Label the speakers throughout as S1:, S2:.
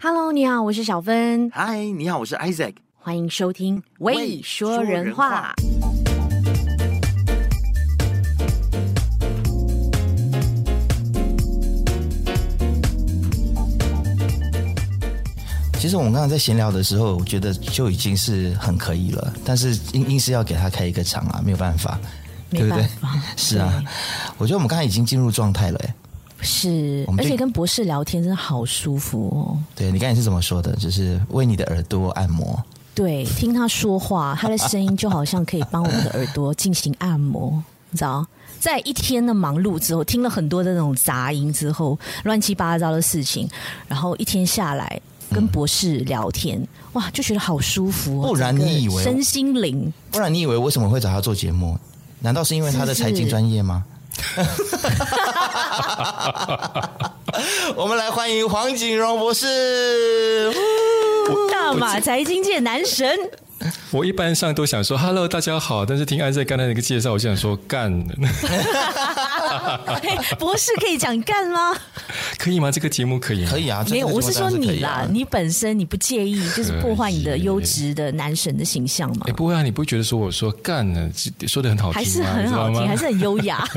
S1: Hello，你好，我是小芬，
S2: 嗨，你好，我是 Isaac。
S1: 欢迎收听《
S2: 喂
S1: 喂说
S2: 说
S1: 人
S2: 人
S1: 话
S2: 话》。
S3: 其实我们刚刚在闲聊的时候，我觉得就已经是很可以了，但是硬硬是要给他开一个场啊，没有办法，
S1: 没
S3: 对不
S1: 办
S3: 对
S1: 法？
S3: 是啊，我觉得我们刚才已经进入状态了、欸。
S1: 是
S3: 我，们
S1: 而
S3: 就
S1: 且跟博士聊天真的好舒服哦。
S3: 对你刚才是怎么说的？就是为你的耳朵按摩。
S1: 对，听他说话，他的声音就好像可以帮我们的耳朵进行按摩，你知道？在一天的忙碌之后，听了很多的那种杂音之后，乱七八糟的事情，然后一天下来跟博士聊天，哇，就觉得好舒服哦。
S3: 不然
S1: 整个
S3: 你以为
S1: 身心灵
S3: 不然你以为为什么会找他做节目？难道是因为他的财经专 业吗？我们来欢迎黄景荣博士。
S1: 大马财经界男神，
S4: 我一般上都想说 “hello，大家好”，但是听安在刚才那个介绍，我就想说“干”，
S1: 嘿 博士可以讲干 吗？
S4: 可以吗？这个节目可以吗？
S3: 可以啊，
S1: 没有，
S3: 这个
S1: 我是
S3: 节目
S1: 说
S3: 当然可
S1: 你
S3: 以啊
S1: 啦，你本身你不介 意，就是破坏你的优质的男神的形象吗
S4: 哎、？不会啊，你不会觉得说我说“干”呢，说的很好听
S1: 还
S4: 吗？
S1: 是很好
S4: 你知
S3: 哎
S4: 道
S3: 啊
S1: 听，
S4: 吗
S1: 还是很优 雅。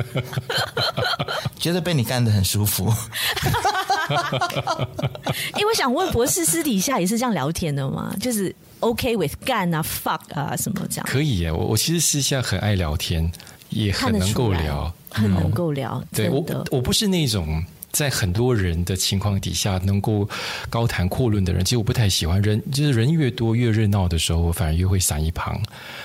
S3: 觉得被你干得很舒服。
S1: 哎、我想问博士，私底下也是这样聊天的吗？就是 OK with 干啊、fuck 啊什么这样，
S4: 可以耶。我我其实私下很爱聊天，也
S1: 看
S4: 很
S1: 得
S4: 能
S1: 出
S4: 够
S1: 来
S4: 聊。
S1: 很能够聊，
S3: 嗯
S4: 对
S1: 真
S4: 我
S1: 的，哦
S4: 我不是那种在很多人的情况底下能够高谈阔论的人。其实我不太喜欢人，就是人越多越热闹的时候，我反而越会散一旁。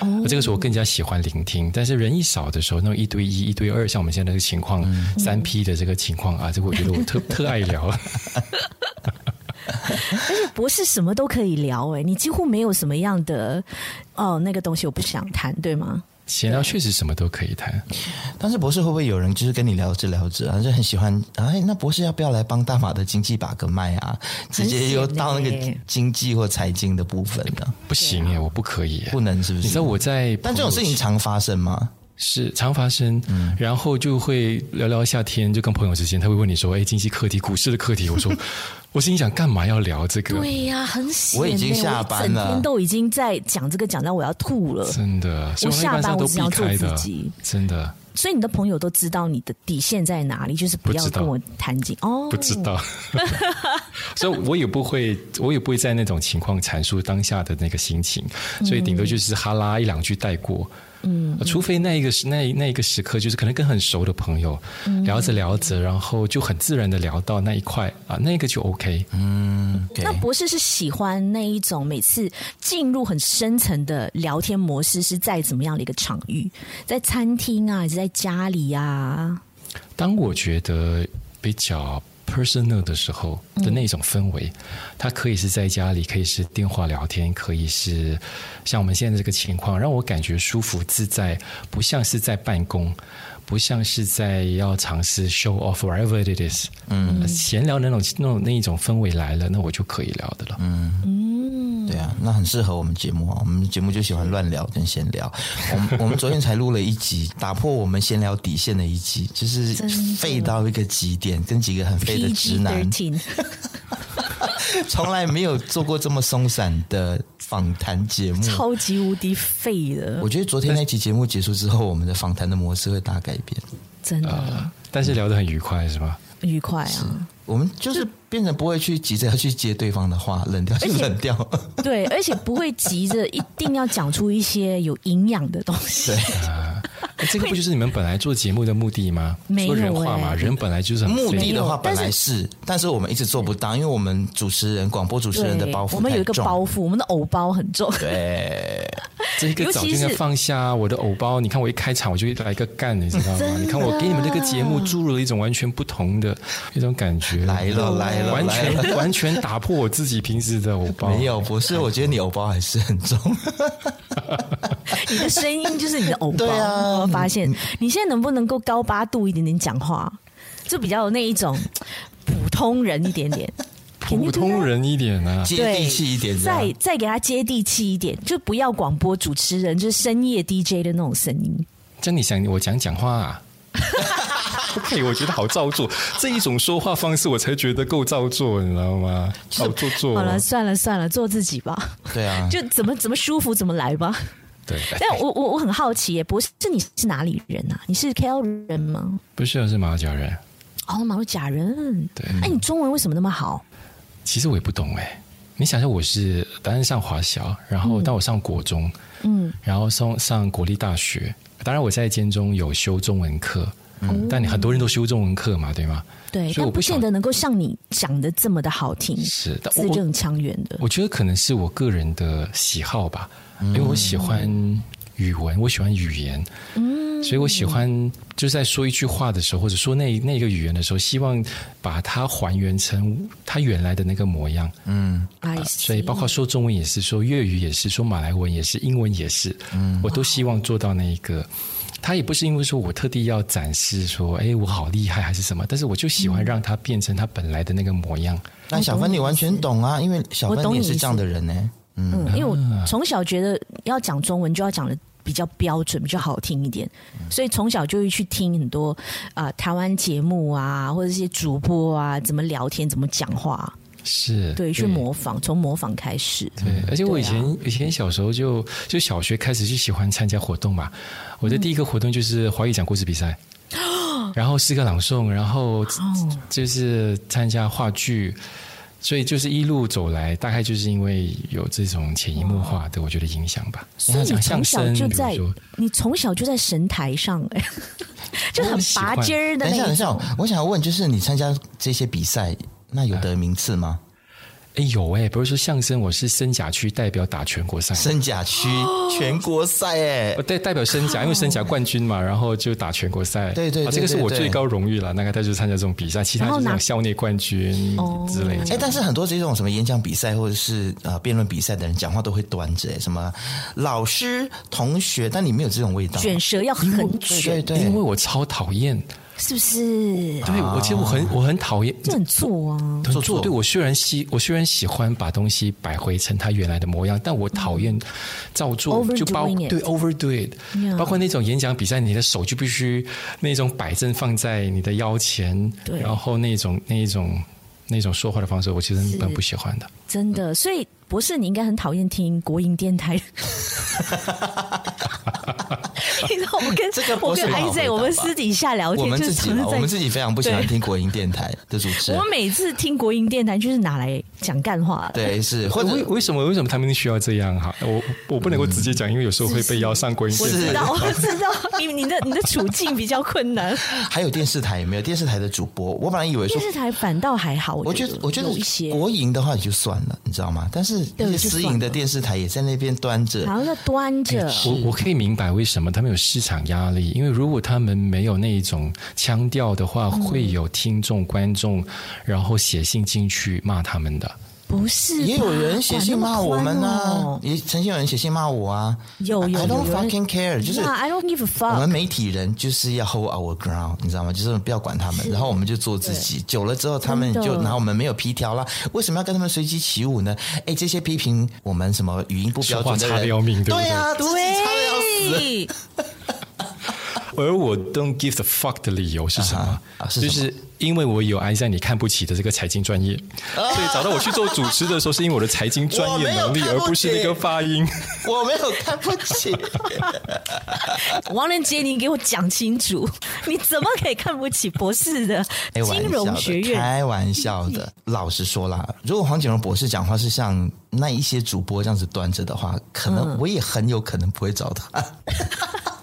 S4: 哦，这个时候我更加喜欢聆听。但是人一少的时候，那种一对一、一对二，像我们现在这个情况，
S3: 嗯
S4: 三 P 的这个情况啊，这个我觉得我特特爱聊。
S1: 而且博士什么都可以聊、哎，你几乎没有什么样的哦，那个东西我不想谈，对吗？
S4: 闲聊确实什么都可以谈。
S3: 但是博士会不会有人就是跟你聊着聊着，啊然后就很喜欢？哎，那博士要不要来帮大马的经济把个脉啊？直接又到
S1: 很
S3: 那
S1: 闲
S3: 个
S1: 欸啊
S3: 经济或财经的部分了，
S4: 不行耶，我不可以耶。
S3: 啊不能是不
S4: 你知
S3: 是
S4: 道？我在，
S3: 但这种事情常发生吗？
S4: 是常发生，
S1: 嗯
S4: 然后就会聊聊一下天，就跟朋友之间，他会问你说：“哎，经济课题、股市的课 题。”我说：“我心里想，干嘛要聊这个？
S1: 对呀、很闲、
S3: 啊我已经
S1: 哎
S3: 下班
S1: 我一整
S3: 了
S1: 天都已经在讲这个，讲到我要吐了。
S4: 真的，所以
S1: 我
S4: 一般
S1: 下班
S4: 上
S1: 我
S4: 都
S1: 只
S4: 避
S1: 想做
S4: 开的
S1: 自己，
S4: 真的
S1: 所以你的朋友都知道你的底线在哪里，就是不
S4: 不
S1: 要
S4: 知道
S1: 跟我谈经哦。
S4: 不知道， 所以我也不会，我也不会在那种情况阐述当下的那个心情，所以顶多就是哈拉一两句带过。嗯，除非那一个时那一那一个时刻，就是可能跟很熟的朋友、
S1: 嗯
S4: 聊着聊着，然后就很自然的聊到那一块啊，那个就 OK。
S3: 嗯，对
S1: 那。博士是喜欢那一种每次进入很深层的聊天模式，是在怎么样的一个场域？在餐厅啊，还是在家里啊？
S4: 当我觉得比较 personal 的时候的那种氛围，它可以是在家里，可以是电话聊天，可以是像我们现在这个情况，让我感觉舒服自在，不像是在办公。不像是在要尝试 show off whatever it is，嗯，闲聊那种那种那一种氛围来了，那我就可以聊的了。
S3: 对啊，那很适合我们节目啊。我们节目就喜欢乱聊跟闲聊。我 们我们昨天才录了一集，打破我们闲聊底线的一集，就是
S1: 真的
S3: 废到一个极点，跟几个很废的直
S1: PG
S3: 男，
S1: thirteen，
S3: 从来没有做过这么松散的访谈节目。
S1: 超级无敌废的，
S3: 我觉得昨天那期节目结束之后，我们的访谈的模式会大改变。
S1: 真的
S4: 呃但是聊得很愉快，是吗？
S1: 愉快啊！
S3: 我们就是变成不会去急着要去接对方的话，冷掉就
S1: 而且
S3: 冷掉。
S1: 对，而且不会急着一定要讲出一些有营养的东西。
S4: 哎这个不就是你们本来做节目的目的吗？
S1: 没有
S4: 说人话嘛，
S1: 哎
S4: 人本来就是很
S3: 目的
S4: 废
S3: 的话
S1: 没有
S3: 本来是，但是我们一直做不到，因为我们主持人、广播主持人的
S1: 对
S3: 包袱
S1: 我们有一个
S3: 太重
S1: 包袱，我们的藕包很重。
S3: 对，
S4: 这个早就应该放下我的偶包。你看我一开场我就来一个干，你知道
S1: 真
S4: 吗？
S1: 的
S4: 你看我给你们这个节目注入了一种完全不同的一种感觉，
S3: 来 了来了，
S4: 完
S3: 来了
S4: 全完全打破我自己平时的偶包。
S3: 没有博士，我觉得你偶包还是很 重。
S1: 你的声音就是你的 偶包，
S3: 对啊
S1: 我发
S4: 嗯
S1: 现你现在能不能够高八度一点点讲话，就比较有那一种普通人一点 点，
S4: 普通人一点啊，
S3: 接
S1: 对，
S3: 地气一点，这啊样
S1: 再再给他接地气一点，就不要广播主持人就是深夜 DJ 的那种声音。
S4: 这样你想我讲讲话啊、对，我觉得好造作，这一种说话方式我才觉得够造作，你知道吗？好做作。哦
S1: 好了，算了算了，做自己吧，
S3: 对啊，
S1: 就怎么怎么舒服怎么来 吧。
S4: 对，
S1: 但我我我很好奇耶，博士你是哪里人啊？你是 KL 人吗？
S4: 不是啊，是马甲人。
S1: 哦，马路假人。
S4: 对
S1: 哎、你中文为什么那么好？
S4: 其实我也不懂哎、你想想，我是当然上华小，然后但我上国中，
S1: 嗯，
S4: 然后上上国立大学。当然我在建中有修中文课，嗯，但你很多人都修中文课嘛，对吗？
S1: 对，
S4: 所以
S1: 但
S4: 我
S1: 不
S4: 不晓
S1: 见得能够像你讲的这么的好听，
S4: 是，但
S1: 字
S4: 我
S1: 正腔圆的。
S4: 我觉得可能是我个人的喜好吧，因为我喜欢语文，我喜欢语言，嗯，所以我喜欢就是在说一句话的时候，或者说那那个语言的时候，希望把它还原成它原来的那个模样。
S3: 嗯，
S1: I
S4: 啊所以包
S1: see
S4: 括说中文也是，说粤语也是，说马来文也是，英文也是，嗯，我都希望做到那一个。他也不是因为说我特地要展示说，哎，我好厉害还是什么，但是我就喜欢让它变成它本来的那个模样。
S3: 那小芬你完全懂啊，因为小
S1: 我
S3: 芬
S1: 懂
S3: 也
S1: 你
S3: 是
S1: 意
S3: 这样
S1: 思
S3: 的人呢、
S1: 嗯，因为
S4: 啊
S1: 我从小觉得要讲中文就要讲的比较标准，比较好听一点，
S4: 嗯
S1: 所以从小就会去听很多啊、呃台湾节目啊，或者一些主播啊怎么聊天，怎么讲话，
S4: 是
S1: 对，去模仿，从模仿开始。
S4: 对，而且我以
S1: 对啊
S4: 前、以前小时候就就小学开始就喜欢参加活动嘛。我的第一个活动就是华语讲故事 比赛，然后诗歌朗诵，然后
S1: 哦
S4: 就是参加话剧，所以就是一路走来，大概就是因为有这种潜移默化的我觉得影响吧。
S1: 所以你
S4: 讲
S1: 从
S4: 相
S1: 小
S4: 声，
S1: 就
S4: 比如
S1: 在
S4: 说，
S1: 你从小就在神台上、 哎，就很拔尖儿的
S3: 等一下，
S1: 那
S3: 等一
S1: 一
S3: 下
S1: 种。，
S3: 我想问，就是你参加这些比赛，那有得名次吗？
S4: 哎有哎，不是说相声，我是深甲区代表打全国赛。
S3: 深甲区
S1: 哦
S3: 全国赛哎、
S4: 我哦代代表申甲，因为申甲冠军嘛，然后就打全国赛。
S3: 对对
S4: 啊
S3: 对
S4: 这个是我
S3: 对对
S4: 最高荣誉了。那个他就参加这种比赛，其他
S1: 然后
S4: 就是那
S1: 拿
S4: 种校内冠军
S1: 哦
S4: 之类
S3: 哎、
S4: 的。
S3: 但是很多这种什么演讲比赛或者是呃辩论比赛的人，讲话都会端着、哎什么老师、同学，但你没有这种味道，
S1: 卷舌要 很
S3: 对
S1: 卷，
S3: 对对，
S4: 因为我超讨厌，
S1: 是不是？
S4: 对我其实我很我很讨厌
S1: 这很做啊，
S4: 很
S3: 啊做作
S4: 做。对我虽然喜我虽然喜欢把东西摆回成它原来的模样，但我讨
S3: 嗯
S4: 厌照做，
S1: Overdoing
S4: 就包
S1: it
S4: 对 overdo it，
S1: Yeah
S4: 包括那种演讲比赛，你的手就必须那种摆正放在你的腰前，
S1: 对
S4: 然后那种那种那种说话的方式，我其实蛮不喜欢的。
S1: 真
S3: 嗯
S1: 的。所以博士，你应该很讨厌听国营电 台。你知道我跟
S3: 这个
S1: 我
S3: 博士
S1: 跟
S3: 好回
S1: Isaac
S3: 答
S1: 我们
S3: 吧
S1: 私底下聊
S3: 我
S1: 天，
S3: 们
S1: 就是
S3: 自己
S1: 常
S3: 嘛，
S1: 常
S3: 我
S1: 在
S3: 们自己非常不喜欢听国营电台的主持 人
S1: 我，每次听国营电台就是拿来讲干话的。
S3: 对，是或者
S4: 为为什么为什么他们需要这样哈、我我不能够直接讲，因为有时候会被邀上国营
S1: 我
S4: 电
S1: 知
S4: 台。
S1: 道，我知道，你你的你的处境比较困 难。
S3: 还有电视台有没有电视台的主播？我本来以为说
S1: 电视台反倒还好，
S3: 我
S1: 我
S3: 觉
S1: 得
S3: 得，我觉得
S1: 有一些，
S3: 国营的话也就算了，你知道吗？但是
S1: 对
S3: 那些
S1: 就
S3: 私
S1: 算
S3: 营的
S1: 了啊
S3: 电视台也在那边端
S1: 然
S3: 着，
S1: 后要端
S3: 哎
S1: 着，
S4: 我我可以明白为什么他们有市场压力，因为如果他们没有那一种腔调的话，会有听众观众然后写信进去骂他们的。
S1: 不是吧？
S3: 也有人写信骂我们
S1: 呐、
S3: 啊，也曾经有人写信骂我啊。
S1: 哦有有
S3: I
S1: 有
S3: don't
S1: 有人
S3: fucking care，就是
S1: Yeah, I don't give a
S3: 我
S1: fuck。
S3: 们媒体人就是要 hold our ground，你知道吗？就是不要管他们，然后我们就做自己。久了之后，他们
S1: 真的
S3: 就拿我们没有皮条啦。为什么要跟他们随机起舞呢？哎，这些批评我们什么语音不标准的
S4: 说话
S3: 人，
S4: 差得要命对不对
S3: 对啊，自己差得要死
S1: 对，
S4: 而我 don't give the fuck 的理由是什么？
S3: 啊哈啊是什么
S4: 就是因为我有爱在你看不起的这个财经专业，所以找到我去做主持的时候，是啊因为我的财经专业能力，
S3: 我没有看
S4: 而
S3: 不起
S4: 不是那个发音。
S3: 我没有看不起。
S1: 王仁杰，你给我讲清楚，你怎么可以看不起博士的
S3: 开哎玩
S1: 金
S3: 笑
S1: 融
S3: 的
S1: 学院？
S3: 开玩笑的，老实说啦，如果黄景荣博士讲话是像那一些主播这样子端着的话，可
S1: 嗯
S3: 能我也很有可能不会找 他。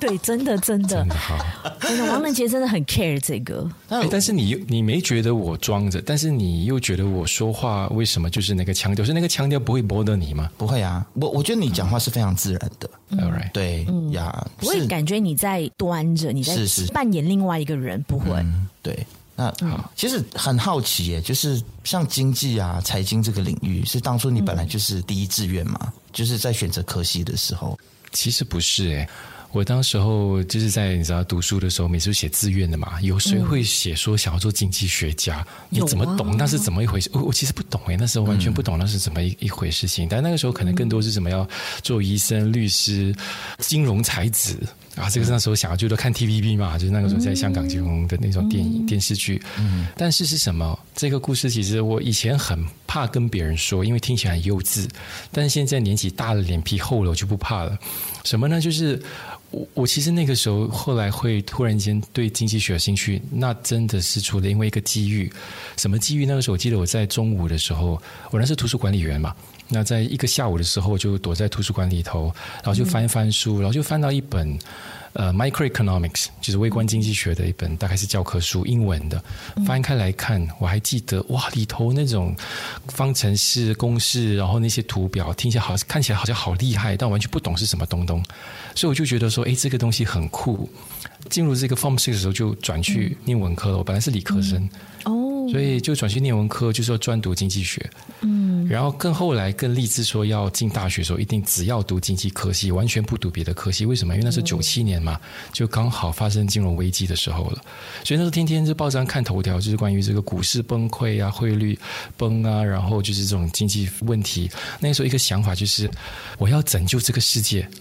S1: 对，真的真的
S4: 真的好。
S1: 真的，王仁杰真的很 care 这个。
S3: 哦
S4: 哎但是你又你没觉得我装着，但是你又觉得我说话为什么就是那个腔调？是那个腔调不会 bother 你吗
S3: 不会啊，我我觉得你讲话是非常自然的，
S4: ？All right，
S3: 对呀，
S1: 嗯不会
S3: 是
S1: 感觉你在端着，你在
S3: 是是
S1: 扮演另外一个人，不会。
S3: 嗯，对。那其实很好奇耶，就是像经济啊、财经这个领域，是当初你
S1: 嗯
S3: 本来就是第一志愿嘛？就是在选择科系的时候，
S4: 其实不是哎、我当时候就是在你知道读书的时候，每次写志愿的嘛，有谁会写说想要做经济学家？
S1: 嗯
S4: 你
S1: 有
S4: 怎么懂
S1: 啊嗯
S4: 那是怎么一回事？我我其实不懂哎、那时候完全不懂那是怎么一、一回事情。但那个时候可能更多是什么要做医生、律师、金融才子。啊，
S1: 嗯
S4: 这个是那时候想要就是看 TVB 嘛，就是那个时候在香港金融的那种电影、电视剧。嗯，但是是什么？这个故事其实我以前很怕跟别人说，因为听起来很幼稚。但是现在年纪大了，脸皮厚了，我就不怕了。什么呢？就是我我其实那个时候后来会突然间对经济学有兴趣，那真的是除了因为一个机遇，什么机遇？那个时候我记得我在中午的时候，我那是图书管理员嘛。那在一个下午的时候，我就躲在图书馆里头，然后就翻一翻书，然后就翻到一本呃 microeconomics，就是微观经济学的一本，大概是教科书，英文的。翻开来看，我还记得哇，里头那种方程式、公式，然后那些图表，听起来好，看起来好像好厉害，但完全不懂是什么东东。所以我就觉得说，哎，这个东西很酷。进入这个 Form Six 的时候，就转去念文科了。我本来是理科生，
S1: 哦，
S4: 所以就转去念文科，就是要专读经济学。嗯，然后更后来更立志说要进大学的时候，一定只要读经济科系，完全不读别的科系。为什么？因为那是九七年嘛，就刚好发生金融危机的时候了。所以那时候天天就报章看头条，就是关于这个股市崩溃啊、汇率崩啊，然后就是这种经济问题。那时候一个想法就是，我要拯救这个世界。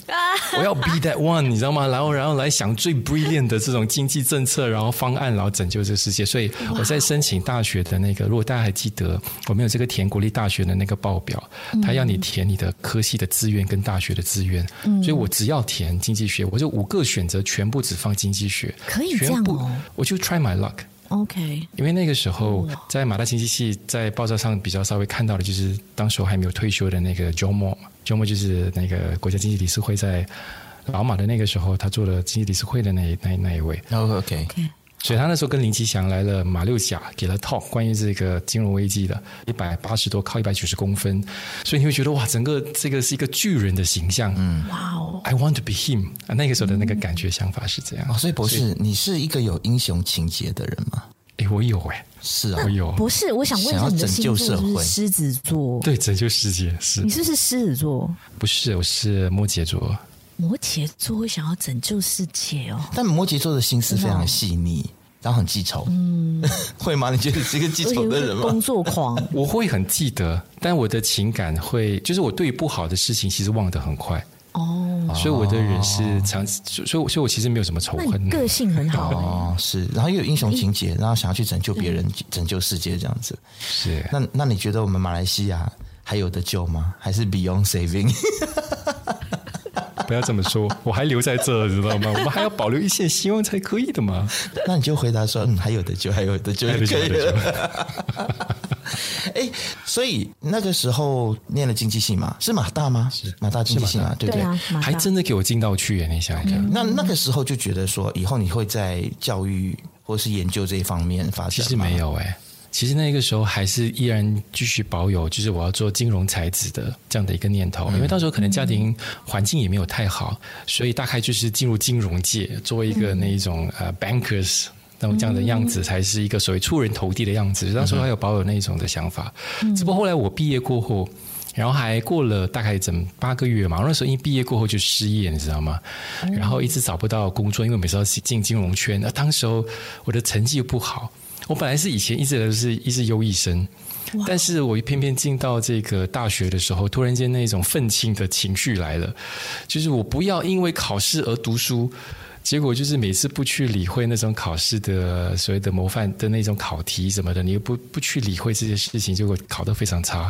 S4: 我要 be that one，你知道吗？然后，然后来想最 brilliant 的这种经济政策，然后方案，然后拯救这个世界。所以我在申请大学的那个，如果大家还记得，我们有这个填国立大学的那个报表，
S1: 嗯
S4: 他要你填你的科系的志愿跟大学的志愿。
S1: 嗯
S4: 所以我只要填经济学，我这五个选择全部只放经济学，
S1: 可以这样
S4: 全部
S1: 哦
S4: 我就 try my luck。
S1: ，OK，
S4: 因为那个时候在马大经济系在报纸上比较稍微看到的就是当时候还没有退休的那个 Jomo 嘛，Jomo 就是那个国家经济理事会在老马的那个时候他做了经济理事会的那那那一位，
S3: o k
S1: OK，
S4: 所以他那时候跟林吉祥来了马六甲，给了 talk 关于这个金融危机的，一百八十多靠一百九十公分，所以你会觉得哇，整个这个是一个巨人的形象，嗯
S1: 哇哦，
S4: ，I want to be him，啊那个时候的那个感觉想法是这样
S3: 哦，，所以博士，你是一个有英雄情节的人吗？
S4: 诶，哎我有诶，
S3: 是啊
S4: 我，有，
S1: 不是，我想问一下你的星座
S3: 想要
S1: 是
S3: 拯救社
S1: 不
S3: 会
S1: 是狮子座？
S4: 对拯救世界是
S1: 你是不是狮子座？
S4: 不是，我是摩羯座。
S1: 摩羯座会想要拯救世界哦，
S3: 但摩羯座的心思非常
S1: 啊
S3: 细腻，然后很记仇，嗯， 会吗？你觉得你是一个记
S1: 而且
S3: 仇
S1: 又
S3: 的
S1: 是
S3: 人吗
S1: 工？作狂，
S4: 我会很记得，但我的情感会，就是我对于不好的事情其实忘得很快，
S1: 哦，
S4: 所以我的人是长，所以所以我所以我其实没有什么仇
S1: 那你
S4: 恨。
S1: 个性很好哎、
S3: 哦，是，然后又有英雄
S1: 嗯
S3: 情节，然后想要去拯救别人、拯救世界这样子。
S4: 是
S3: 那那你觉得我们马来西亚还有得救吗？还是 Beyond Saving？
S4: 不要这么说，我还留在这，知道吗？我们还要保留一线希望才可以的嘛。
S3: 那你就回答说，嗯，还有得救，还有得救就可以
S4: 还有得救还
S3: 了。 哎，所以那个时候念了经济系嘛，是马大吗？是马大经济系嘛，对不
S1: 对
S3: 对？
S1: 啊， 马
S4: 还
S1: 上
S4: 真的给我进到去耶，你想一想。
S3: 那那个时候就觉得说，以后你会在教育或是研究这一方面发展？
S4: 其实没，有哎、其实那个时候还是依然继续保有，就是我要做金融才子的这样的一个念头，因为到时候可能家庭环境也没有太好，所以大概就是进入金融界，作为一个那一种呃 bankers。那种这样的样子才是一个所谓出人头地的样子。那时候还有保有那种的想法，只不过后来我毕业过后，然后还过了大概整八个月嘛。我那时候因为毕业过后就失业，你知道吗？然后一直找不到工作，因为每次要进金融圈，那当时候我的成绩又不好。我本来是以前一直都是一直优异生，但是我偏偏进到这个大学的时候，突然间那种愤青的情绪来了，就是我不要因为考试而读书。结果就是每次不去理会那种考试的所谓的模范的那种考题什么的，你又不不去理会这些事情，结果考得非常差。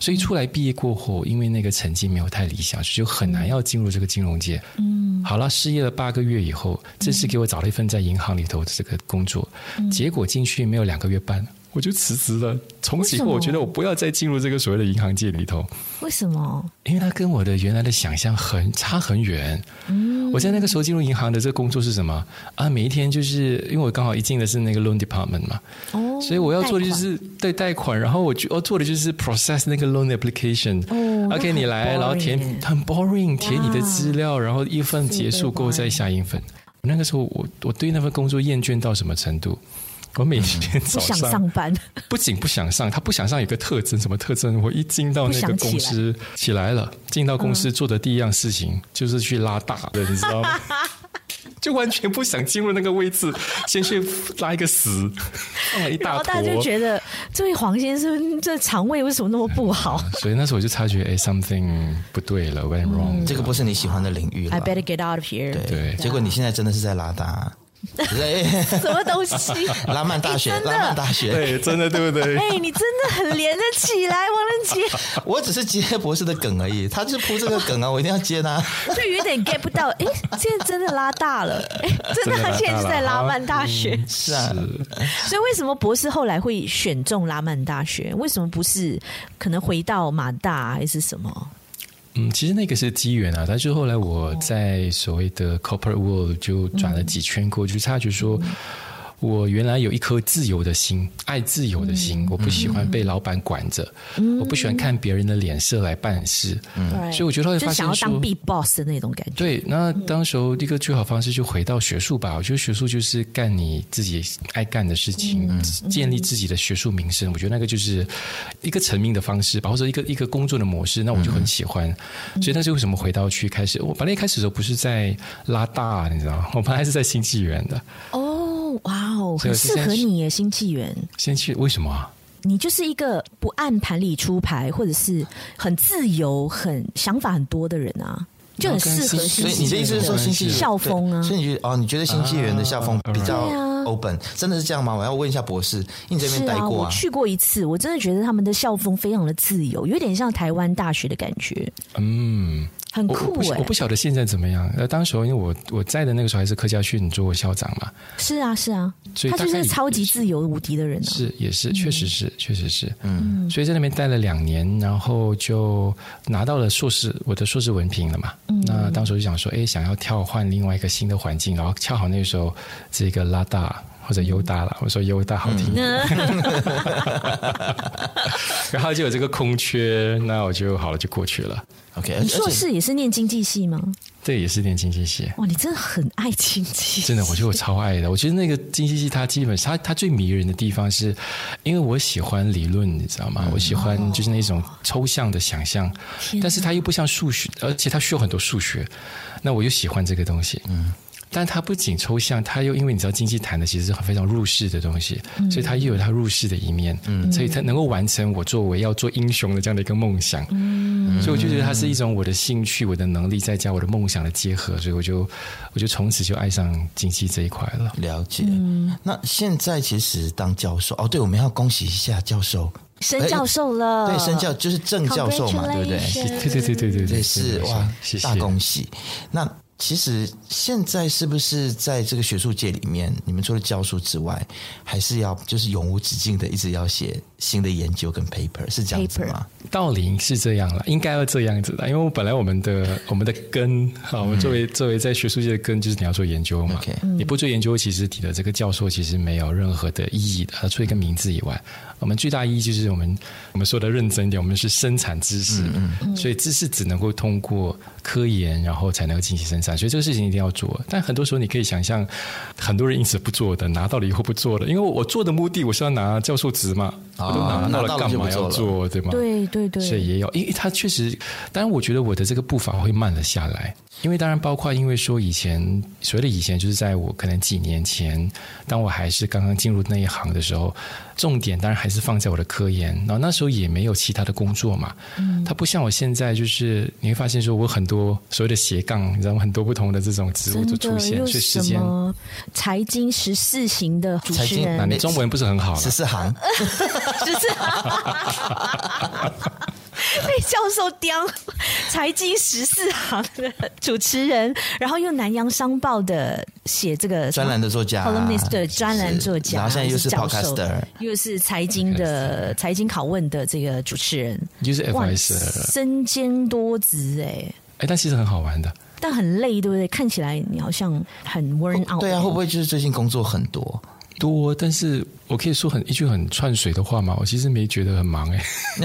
S4: 所以出来毕业过后，因为那个成绩没有太理想，就很难要进入这个金融界。嗯，好了，失业了八个月以后，正式给我找了一份在银行里头的这个工作，结果进去没有两个月半。我就辞职了，从此以
S1: 为什
S4: 后
S1: 么
S4: 我觉得我不要再进入这个所谓的银行界里头，
S1: 为什么？
S4: 因为它跟我的原来的想象很差很远。
S1: 嗯
S4: 我在那个时候进入银行的这个工作是什么啊？每一天就是因为我刚好一进的是那个 loan department 嘛，
S1: 哦，
S4: 所以我要做的就
S1: 贷款
S4: 是对贷款，然后我就要做的就是 process 那个 loan application。
S1: 哦那
S4: OK，你
S1: 很
S4: 来，然后
S1: boring 啊
S4: 填
S1: 耶
S4: 很 boring，填你的资料，然后一份结束过后再下一份。那个时候我我对那份工作厌倦到什么程度？我每天
S1: 不
S4: 早
S1: 想
S4: 上
S1: 上班，
S4: 不仅不想上，他不想上有个特征，什么特征？我一进到那个公司 起来了，进到公司做的第一样事情就是去拉大的，你知道吗？就完全不想进入那个位置，先去拉一个屎，放了一
S1: 然
S4: 大
S1: 后大
S4: 坨
S1: 家。就觉得这位黄先生这肠胃为什么那么不 好
S4: 所以那时候我就察觉，哎，something 不对了，went
S1: 嗯
S4: wrong、
S3: 这个不是你喜欢的领域了
S1: ？I。better get out of here。
S4: 啊对
S3: 结果你现在真的是在拉 达，你在
S1: 什么 东西？
S3: 拉曼大学，
S1: 哎真的
S3: 拉曼大学。
S4: 对，真的对不对？
S1: 哎、你真的很连得起来，王仁杰，
S3: 我只是接博士的梗而已，他就是铺这个梗啊，我一定要接 他。
S1: 就有点 get 不到。哎、现在真的拉大了，哎、真的，
S4: 真的拉
S1: 他
S4: 大了
S1: 现在是在拉曼大学。
S3: 是啊，
S1: 所以为什么博士后来会选中拉曼大学？为什么不是可能回到马大还是什么？
S4: 嗯，其实那个是机缘啊，但是后来我在所谓的 corporate world 就转了几圈过去，察觉说。我原来有一颗自由的心，爱自由的心，我不喜欢被老板管着，我不喜欢看别人的脸色来办事，所以我觉得会
S1: 就
S4: 发
S1: 是
S4: 现
S1: 想要
S4: 说
S1: 当 B boss 的那种感觉。
S4: 对，那当时候一个最好方式就回到学术吧。我觉得学术就是干你自己爱干的事情，
S1: 嗯
S4: 建立自己的学术名声。我觉得那个就是一个成名的方式吧，或者一个一个工作的模式。那我就很喜欢，
S1: 嗯
S4: 所以那是为什么回到去开始。我本来一开始的时候不是在拉大，你知道吗？我本来是在新纪元的，
S1: 哦，哇哦，
S4: 所
S1: 很
S4: 以我是
S1: 适合
S4: 现在
S1: 你耶，新纪元。
S4: 先去为什么啊？
S1: 你就是一个不按盘理出牌，或者是很自由、很想法很多的人啊，就很适合新
S3: 所以你的意思是说新纪元
S1: 校风啊
S3: 对所以你觉得哦，你觉得新纪元的校风比较
S1: 对啊
S3: open，真的是这样吗？我要问一下博士，你在那
S1: 是
S3: 边待
S1: 啊，
S3: 过
S1: 我
S3: 啊？
S1: 去过一次，我真的觉得他们的校风非常的自由，有点像台湾大学的感觉，
S4: 嗯，
S1: 很
S4: 我我
S1: 酷
S4: 不
S1: 哎、
S4: 我不晓得现在怎么样。那当时候因为我我在的那个时候还是客家训做校长嘛，
S1: 是啊，是啊，
S4: 所以
S1: 他
S4: 大概
S1: 就是
S4: 也
S1: 超级自由无敌的人 啊。
S4: 是，也是，确实是，确实是，嗯，所以在那边待了两年，然后就拿到了硕士，我的硕士文凭了嘛。那当时我就想说，哎，想要跳换另外一个新的环境，然后恰好那个时候这个拉大或者优大了，我说优大好
S1: 嗯
S4: 听， 然后就有这个空缺，那我就好了，就过去了。
S3: OK，而
S1: 你
S3: 且
S1: 硕士也是念经济系吗？
S4: 这也是念经济系。
S1: 哇，你真的很爱经济，
S4: 真 的，我觉得我超爱的。我觉得那个金西西，它基本它它最迷人的地方是，因为我喜欢理论，你知道吗？我喜欢就是那种抽象的想象，但是它又不像数学，而且它需要很多数学。那我又喜欢这个东西，嗯。但它不仅抽象，它又因为你知道经济谈的其实是很非常入世的东西，所以它又有它入世的一面，所以它能够完成我作为要做英雄的这样的一个梦想，所以我就觉得它是一种我的兴趣、我的能力再加我的梦想的结合，所以我就我就从此就爱上经济这一块了。
S3: 了解。
S1: 嗯
S3: 那现在其实当教授哦，对，我们要恭喜一下教授，
S1: 升教授了，
S3: 对，升教就是正教授嘛，对不对？
S1: Congratulations
S4: 对对对对对
S3: 对，
S4: 对，
S3: 是
S4: 没错
S3: 哇，
S4: 谢谢
S3: 大。恭喜。那其实现在是不是在这个学术界里面，你们除了教书之外，还是要就是永无止境的一直要写新的研究跟 paper，是这样子吗？
S4: 道理是这样了，应该要这样子的，因为我本来我们的我们的根啊，我们作为、作为在学术界的根就是你要做研究嘛
S3: 嗯 OK
S4: 你不做研究，其实你的这个教授其实没有任何的意义的，
S3: 嗯
S4: 除了一个名字以外，我们最大意义就是我们我们说的认真一点，我们是生产知识，
S3: 嗯
S4: 所以知识只能够通过科研，然后才能够进行生产，所以这个事情一定要做。但很多时候你可以想象，很多人因此不做的，拿到了以后不做的，因为我做的目的我是要拿教授职嘛，我都
S3: 啊
S4: 拿
S3: 拿到
S4: 到了
S3: 了
S4: 干
S3: 就不
S4: 嘛
S3: 做
S4: 要
S3: 了
S4: 做，啊对吗？
S1: 对对
S4: 所
S1: 对，
S4: 以也有，因为他确实，当然我觉得我的这个步伐会慢了下来，因为当然包括因为说以前所谓的以前，就是在我可能几年前，当我还是刚刚进入那一行的时候，重点当然还是放在我的科研，然后那时候也没有其他的工作嘛，
S1: 嗯
S4: 它不像我现在就是你会发现说我很多所谓的斜杠，你知道吗？很多不同的这种职务
S1: 真
S4: 就出
S1: 的
S4: 现，
S1: 又
S4: 所以
S1: 什
S4: 时间。
S1: 么财经十四型的主
S3: 财
S1: 持
S3: 经
S4: 那
S1: 人，
S4: 你中文不是很好了
S3: 十，四行，
S1: 就是
S3: 啊
S1: 被教授刁，财经十四行的主持人，然后又南洋商报的写这个
S3: 专栏的作家
S1: columnist 的专栏作
S3: 是
S1: 家，
S3: 然后现在又是
S1: 教授
S3: podcaster，
S1: 又是财经 的财经拷问的这个主持人，
S4: 就是 f
S1: 哇，
S4: s
S1: 身兼多职哎。
S4: 哎，但其实很好玩的。
S1: 但很累，对不对？看起来你好像很 worn out。哎
S3: 对啊，会不会就是最近工作很多？
S4: 多，但是我可以说很一句很串水的话嘛，我其实没觉得很忙哎、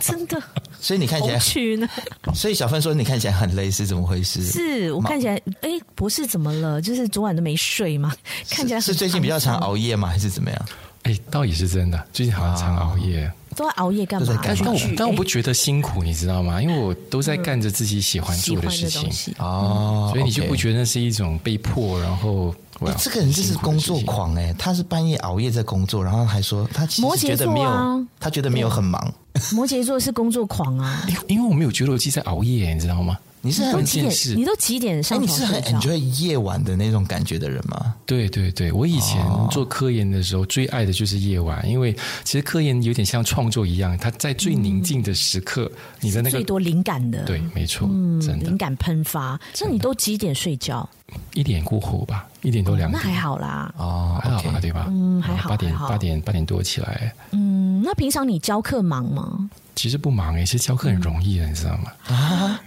S1: 真的
S3: 所以你 看起
S1: 红
S3: 来，嗯
S1: 区呢？
S3: 所以小芬说你看起来很累，是怎么回事？
S1: 是我看起来，哎、博士怎么了？就是昨晚都没睡吗？看起来
S3: 是
S1: 很
S3: 最近比较常
S1: 沧桑
S3: 熬夜吗？还是怎么样？啊
S4: 哎，倒也是真的，最近好像常熬夜，
S1: 都在熬夜干
S3: 都
S1: 嘛
S3: 在？干嘛
S4: 但但我
S1: 去
S4: 但我不觉得辛苦，你知道吗？因为我都在干着自己喜
S3: 嗯
S4: 欢
S1: 喜
S4: 做
S1: 欢
S4: 的
S1: 的
S4: 事情
S1: 东，西。
S3: 哦，
S4: 嗯所以你就
S3: OK
S4: 不觉得那是一种被迫，然后
S3: 哎这个人真是工作。
S4: 哇
S3: 狂哎、他是半夜熬夜在工作，然后还说他其
S1: 摩
S3: 实
S1: 羯
S3: 觉
S1: 座
S3: 得没有，
S1: 啊
S3: 他觉得没有很忙。
S1: 摩羯座是工作狂啊，
S4: 因因为我没有觉得我自己在熬夜，你知道吗？
S3: 你是
S1: 都
S3: 嗯很
S1: 几
S4: 见识
S1: 点？你都几点
S3: 哎，
S1: 上
S3: 你
S1: 床
S3: 是很
S1: 睡觉？
S3: enjoy 夜晚的那种感觉的人吗？
S4: 对对对，我以前
S3: 哦
S4: 做科研的时候，最爱的就是夜晚，因为其实科研有点像创作一样，它在最宁静的时刻，
S3: 嗯
S4: 你的那
S1: 最
S4: 个
S1: 多灵感的，嗯
S4: 对，没错，真的
S1: 灵，感喷发。那你都几点睡觉？
S4: 一点过后吧，一点多
S3: 嗯
S4: 两
S1: 那
S4: 点，
S1: 还好啦。
S3: 哦
S4: 还好吧，
S3: ，OK，
S4: 对吧？啊
S1: 嗯还好
S4: 八点
S1: 还好
S4: 八点八点多起来，
S1: 嗯，那平常你教课忙吗？
S4: 其实不忙诶，其实教课很容易的，你知道吗？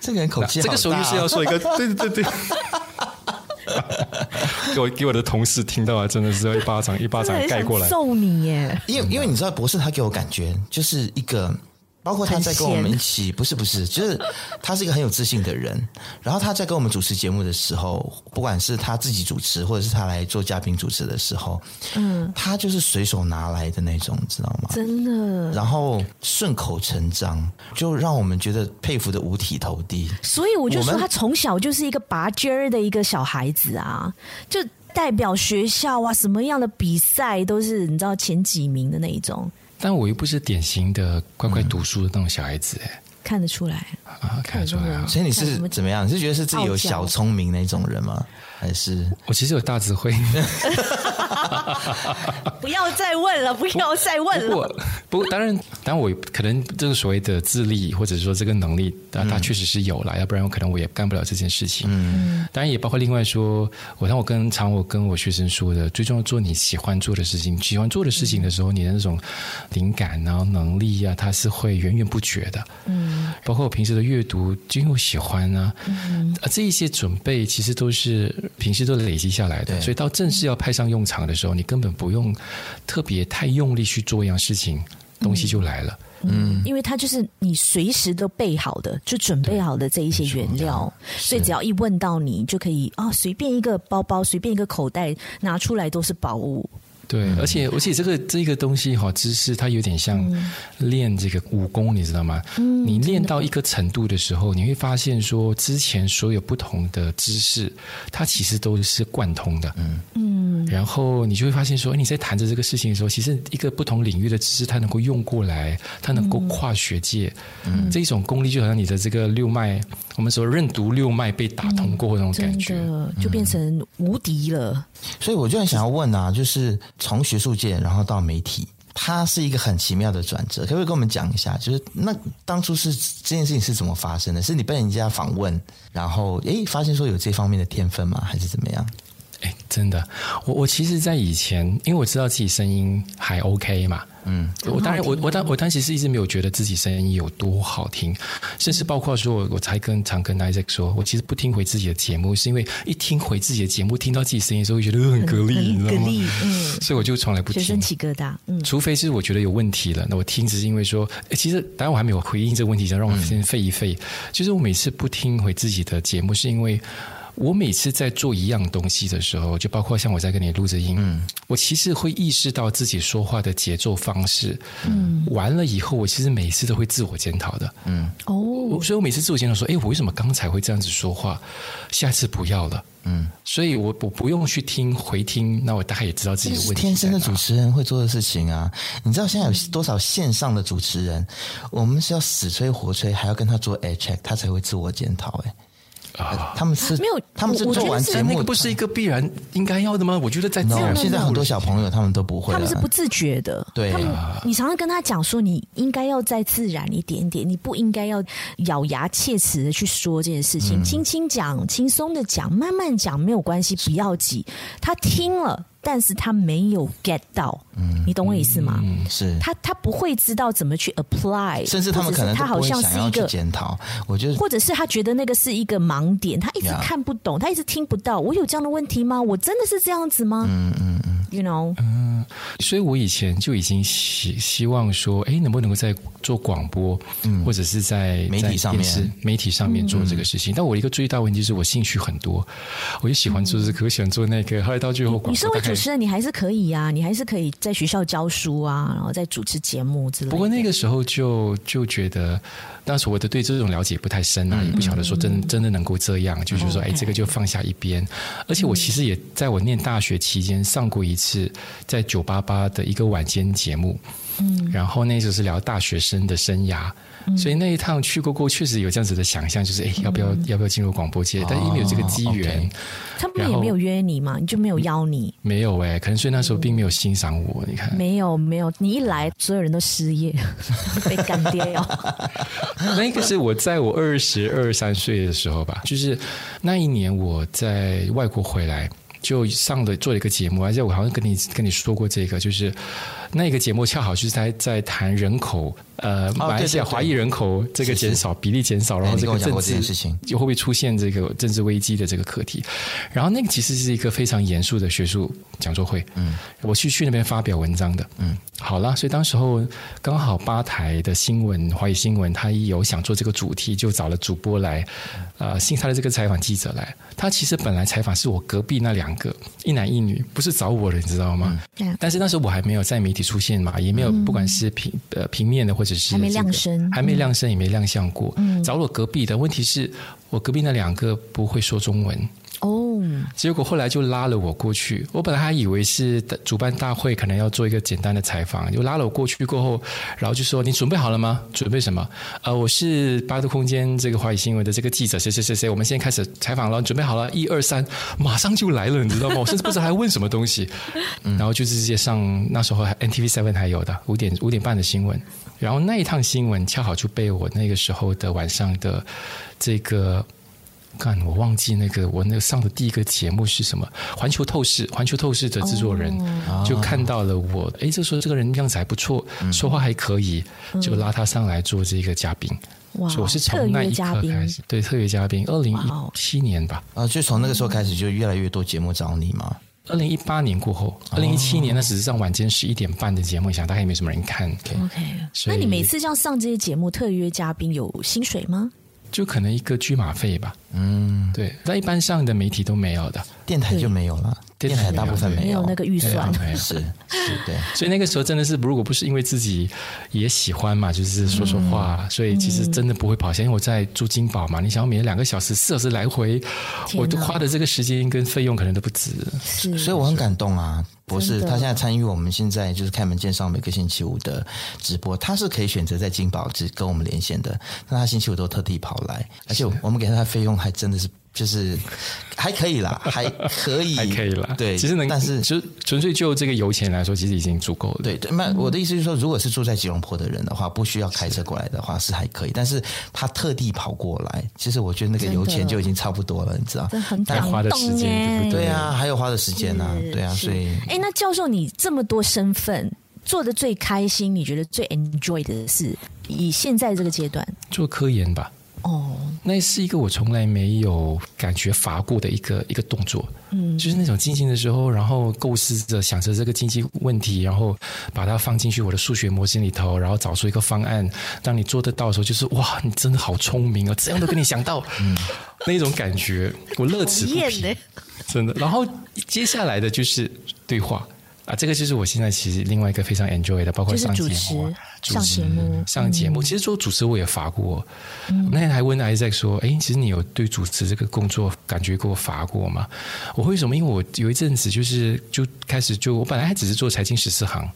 S3: 这个人口气
S4: 这个
S3: 嗯好
S4: 时候
S3: 大
S4: 就是要
S3: 哦
S4: 说一个， 对对对。给我给我的同事听到啊，真的是要一 巴掌一巴掌
S1: 真的
S4: 盖
S1: 很
S4: 过
S1: 想
S4: 来。
S1: 揍你耶！
S3: 因为
S4: 嗯
S3: 因为你知道博士他给我感觉就是一个，包括他在跟我们一起，不是不是，就是他是一个很有自信的人。然后他在跟我们主持节目的时候，不管是他自己主持，或者是他来做嘉宾主持的时候，嗯，他就是随手拿来的那种，知道吗？
S1: 真的，
S3: 然后顺口成章，就让我们觉得佩服的五体投 地。
S1: 所以我就
S3: 我
S1: 说
S3: 们
S1: 他从小就是一个拔尖儿的一个小孩子啊，就代表学校啊，什么样的比赛都是你知道前几名的那一种，
S4: 但我又不是典型的乖乖读书的那种小孩子，哎、
S1: 看得出来。
S4: 啊，看得出来啊。
S3: 哎所以你
S1: 看什
S3: 是
S1: 么
S3: 怎么样？你是觉得是自己有
S1: 傲娇
S3: 小聪明那种人吗？还是
S4: 我其实有大智慧，
S1: 不要再问了，不要再问
S4: 不
S1: 了。
S4: 过 不过当然，当然我可能这个所谓的智力或者说这个能力，啊，它确实是有啦，要不然我可能我也干不了这件事情。嗯，当然也包括另外说，我当我跟常我跟我学生说的，最重要做你喜欢做的事情，喜欢做的事情的时候，你的那种灵感然后能力啊，它是会源源不绝的。嗯，包括我平时的阅读，因为我喜欢啊，啊这一些准备其实都是平时都累积下来的，
S3: 对
S4: 所以到正式要派上用场的时候，你根本不用特别太用力去做一样事情，东西就来了。
S1: 嗯，因为它就是你随时都备好的，就准备好的这一些原料，所以只要一问到你，你就可以啊，随便一个包包，随便一个口袋拿出来都是宝物。
S4: 对，而且而且这个这个东西哈、知识它有点像
S1: 嗯
S4: 练这个武功，你知道吗？你练到一个程度的时候，你会发现说，之前所有不同的知识，它其实都是贯通的。嗯嗯，然后你就会发现说，哎你在谈着这个事情的时候，其实一个不同领域的知识，它能够用过来，它能够跨学界，嗯、这种功力就好像你的这个六脉，我们说任督六脉被打通过那种感
S1: 真
S4: 觉。
S1: 的就变成无敌了。
S3: 所以我就很想要问啊，就是从学术界然后到媒体，它是一个很奇妙的转折，可不可以跟我们讲一下？就是那当初是这件事情是怎么发生的？是你被人家访问，然后诶发现说有这方面的天分吗？还是怎么样？
S4: 哎，真的，我我其实，在以前，因为我知道自己声音还 OK 嘛，嗯，我当然我我当我当时是一直没有觉得自己声音有多好听，甚至包括说我我才跟常跟 Isaac 说，我其实不听回自己的节目，是因为一听回自己的节目，听到自己声音的时候，会觉得呃很隔离，
S1: 很
S4: 你知道
S1: 很
S4: 吗
S1: 给？力嗯
S4: 所以我就从来不
S1: 学
S4: 听
S1: 生。起疙瘩，嗯，
S4: 除非是我觉得有问题了，那我听只是因为说，诶其实当然我还没有回应这个问题，想
S3: 嗯
S4: 让我先废一废。就是我每次不听回自己的节目，是因为我每次在做一样东西的时候，就包括像我在跟你录着音，
S3: 嗯
S4: 我其实会意识到自己说话的节奏方式，嗯，完了以后，我其实每次都会自我检讨的，
S3: 嗯
S1: 哦，
S4: 我所以我每次自我检讨说，哎，我为什么刚才会这样子说话？下次不要了，嗯，所以我我不用去听回听，那我大概也知道自己
S3: 这
S4: 的
S3: 是
S4: 问题在哪。
S3: 天生的主持人会做的事情啊！你知道现在有多少线上的主持人，我们是要死吹活吹，还要跟他做 air check，他才会自我检讨、诶
S4: 啊
S3: 他们是
S1: 没有
S3: 他们是
S1: 我我觉
S3: 做
S1: 得
S3: 完
S1: 是
S3: 节
S4: 那
S3: 目
S4: 个不是一个必然应该要的吗？我觉得在自
S3: no，
S4: 然
S3: 现在很多小朋友他们都不会
S1: 他
S3: 了
S1: 们是不自觉的，
S3: 对啊
S1: 他们你常常跟他讲说，你应该要再自然一点点，你不应该要咬牙切齿的去说这件事
S3: 嗯
S1: 情，轻轻讲，轻松的讲，慢慢讲没有关系，不要急。他听了，但是他没有 get 到，
S3: 嗯
S1: 你懂我意思吗？
S3: 是
S1: 他他不会知道怎么去 apply，
S3: 嗯甚至他们可
S1: 或者
S3: 能
S1: 是
S3: 都
S1: 他
S3: 不
S1: 好
S3: 会
S1: 像
S3: 想
S1: 是
S3: 要
S1: 一
S3: 去
S1: 个
S3: 检讨。我觉得
S1: 或者是他觉得那个是一个盲点，他一直
S3: Yeah.
S1: 看不懂，他一直听不到。我有这样的问题吗？我真的是这样子吗？嗯嗯嗯。 you know，
S4: 嗯，所以我以前就已经希希望说，哎，能不能够在做广播，
S3: 嗯
S4: 或者是在
S3: 媒体
S4: 在电
S3: 上面
S4: 视媒体上面嗯做这个事情。但我一个最大问题是我兴趣很多，我就喜欢做这个，我喜欢做那个，后来到最后广播
S1: 你身为
S4: 大概
S1: 主持人，你还是可以呀、你还是可以在学校教书啊，然后再主持节目之类的。
S4: 不过那个时候就就觉得，当时我的对这种了解不太深啊，也不晓得说真真的能够这样，就觉得说，哎，
S1: OK
S4: 这个就放下一边。而且我其实也在我念大学期间上过一次在九八八的一个晚间节目，嗯，然后那就是聊大学生的生涯。所以那一趟去过过，确实有这样子的想象，就是哎，要不要、要不要进入广播界？但因为有这个机缘，
S3: OK
S1: 他们
S4: 然
S1: 也
S4: 后
S1: 没有约你嘛，你就没有邀你，
S4: 没有哎、可能所以那时候并没有欣赏我。你看，
S1: 没有没有，你一来所有人都失业， 被干爹 哦。
S4: 那个是我在我二十二三岁的时候吧，就是那一年我在外国回来。就上了做了一个节目，而且我好像跟你跟你说过这个，就是那个节目恰好就是在在谈人口，呃，马来西亚
S3: 哦对对对
S4: 华裔人口这个
S3: 是是
S4: 减少比例减少，然后
S3: 哎你
S4: 这
S3: 跟我
S4: 个
S3: 讲
S4: 政
S3: 过这
S4: 治
S3: 件事情
S4: 就会不会出现这个政治危机的这个课题。然后那个其实是一个非常严肃的学术讲座会，嗯，我去去那边发表文章的，嗯，好啦，所以当时候刚好八台的新闻华语新闻，他有想做这个主题，就找了主播来，呃，新他的这个采访记者来，他其实本来采访是我隔壁那两个一男一女，不是找我的，你知道吗？
S1: Yeah
S4: 但是那时候我还没有在媒体出现嘛，也没有不管是平呃平面的或者是
S1: 嗯还没嗯
S4: 这个
S1: 亮声
S4: 还没亮声也没亮相过，找我隔壁的问题是我隔壁那两个不会说中文。
S1: 哦，
S4: 结果后来就拉了我过去，我本来还以为是主办大会可能要做一个简单的采访，就拉了我过去过后，然后就说你准备好了吗？准备什么？呃，我是八度空间这个华语新闻的这个记者谁谁谁谁，我们现在开始采访了，准备好了，一二三，马上就来了，你知道吗？我甚至不知道还问什么东西，然后就直接上那时候还 NTV Seven 还有的五点五点半的新闻，然后那一趟新闻恰好就被我那个时候的晚上的这个。干，我忘记那个我那个上的第一个节目是什么，《环球透视》。《环球透视》的制作人、
S1: 哦
S4: 就看到了我，诶，这时候这个人样子还不错，说话还可以，就拉他上来做这个嘉宾。
S1: 嗯哇，
S4: 所以我是
S1: 特
S4: 从那
S1: 约
S4: 一
S1: 嘉
S4: 刻
S1: 宾
S4: 开始，对特约嘉宾，二零
S1: 哇哦
S4: 一七年吧，
S3: 啊，就从那个时候开始，就越来越多节目找你嘛。
S4: 二零一八年过后，二零一七年那只是上晚间十一点半的节目，你想大概也没什么人看。
S1: ，OK。
S4: 所
S1: 那
S4: 以
S1: 你每次这样上这些节目，特约嘉宾有薪水吗？
S4: 就可能一个车马费吧，嗯，对，但一般上的媒体都没有的，
S3: 电台就没有了，
S4: 电
S3: 电
S4: 台
S3: 台
S4: 没有
S3: 大部分
S1: 没
S3: 没
S1: 有那个预
S4: 对啊
S1: 算，
S4: 没有。
S3: 是是，对。
S4: 所以那个时候真的是，如果不是因为自己也喜欢嘛，就是说说话，
S3: 嗯
S4: 所以其实真的不会跑下。因为我在住金宝嘛，你想要每天两个小时、四小时来回，
S1: 天哪
S4: 我都花的这个时间跟费用可能都不止。
S1: 是，
S3: 所以我很感动啊，博士，
S1: 嗯真的
S3: 他现在参与我们现在就是开门见上每个星期五的直播，他是可以选择在金宝只跟我们连线的，那他星期五都特地跑来，而且我们给他的费用还真的是就是还可以啦，还可以，
S4: 还可以啦，
S3: 对，
S4: 其实能，
S3: 但是
S4: 就纯粹就这个油钱来说，其实已经足够了。
S3: 对对，那我的意思是说，如果是住在吉隆坡的人的话，不需要开车过来的话是还可以，但是他特地跑过来，其实我觉得那个油
S1: 真
S3: 钱
S1: 的
S3: 就已经差不多了，你知道？
S1: 真的很
S4: 该
S1: 感
S4: 花的时
S1: 动
S4: 间对不
S1: 耶。
S3: 对啊，还有花的时间啊，
S1: 是
S3: 对啊，
S1: 是
S3: 所以
S1: 哎，那教授，你这么多身份，做的最开心，你觉得最 enjoy 的是以现在这个阶段
S4: 做科研吧，
S1: 哦，
S4: 那是一个我从来没有感觉乏过的一个一个动作，嗯，就是那种进行的时候，然后构思着想着这个经济问题，然后把它放进去我的数学模型里头，然后找出一个方案。当你做得到的时候，就是哇，你真的好聪明哦，这样都给你想到，嗯，那种感觉，我乐此不
S1: 厌
S4: 疲。
S1: 呢？
S4: 真的。然后接下来的就是对话啊，这个就是我现在其实另外一个非常 enjoy 的，包括
S1: 就是
S4: 上节
S1: 主持
S4: 目啊、主
S1: 上节目嗯
S4: 上节目。其实做主持我也乏过，那天还问 Isaac 说：“哎，其实你有对主持这个工作感觉过乏过吗？”我为什么？因为我有一阵子就是就开始就我本来还只是做财经十四行。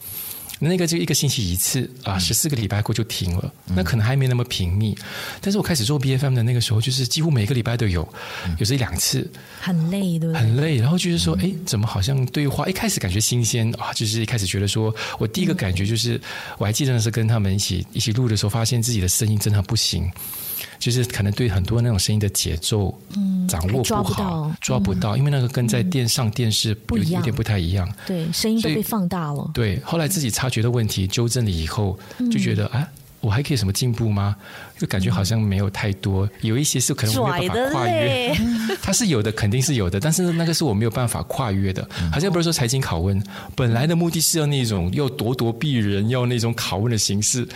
S4: 那个就一个星期一次
S1: 嗯
S4: 啊，十四个礼拜过就停了，那可能还没那么频密。但是我开始做 B F M 的那个时候，就是几乎每个礼拜都有，
S1: 嗯
S4: 有时一两次。
S1: 很累，对不对？
S4: 很累，然后就是
S1: 嗯
S4: 说，哎，怎么好像对话一开始感觉新鲜啊，就是一开始觉得说，我第一个感觉就是，我还记得那是跟他们一起一起录的时候，发现自己的声音真的很不行，就是可能对很多那种声音的节奏掌握
S1: 嗯抓不
S4: 好
S1: 到，嗯
S4: 抓不到，因为那个跟在电上电视
S1: 不
S4: 有
S1: 一样
S4: 有点不太一样。
S1: 对，声音都
S4: 所以
S1: 被放大了。嗯
S4: 对，后来自己察觉的问题纠正了以后，就觉得啊，我还可以什么进步吗？就感觉好像没有太
S1: 嗯
S4: 多，有一些是可能我没有办法跨越， 它是有的，肯定是有的，但是那个是我没有办法跨越的。好像不是说财经拷问，本来的目的是要那种要咄咄逼人，要那种拷问的形式，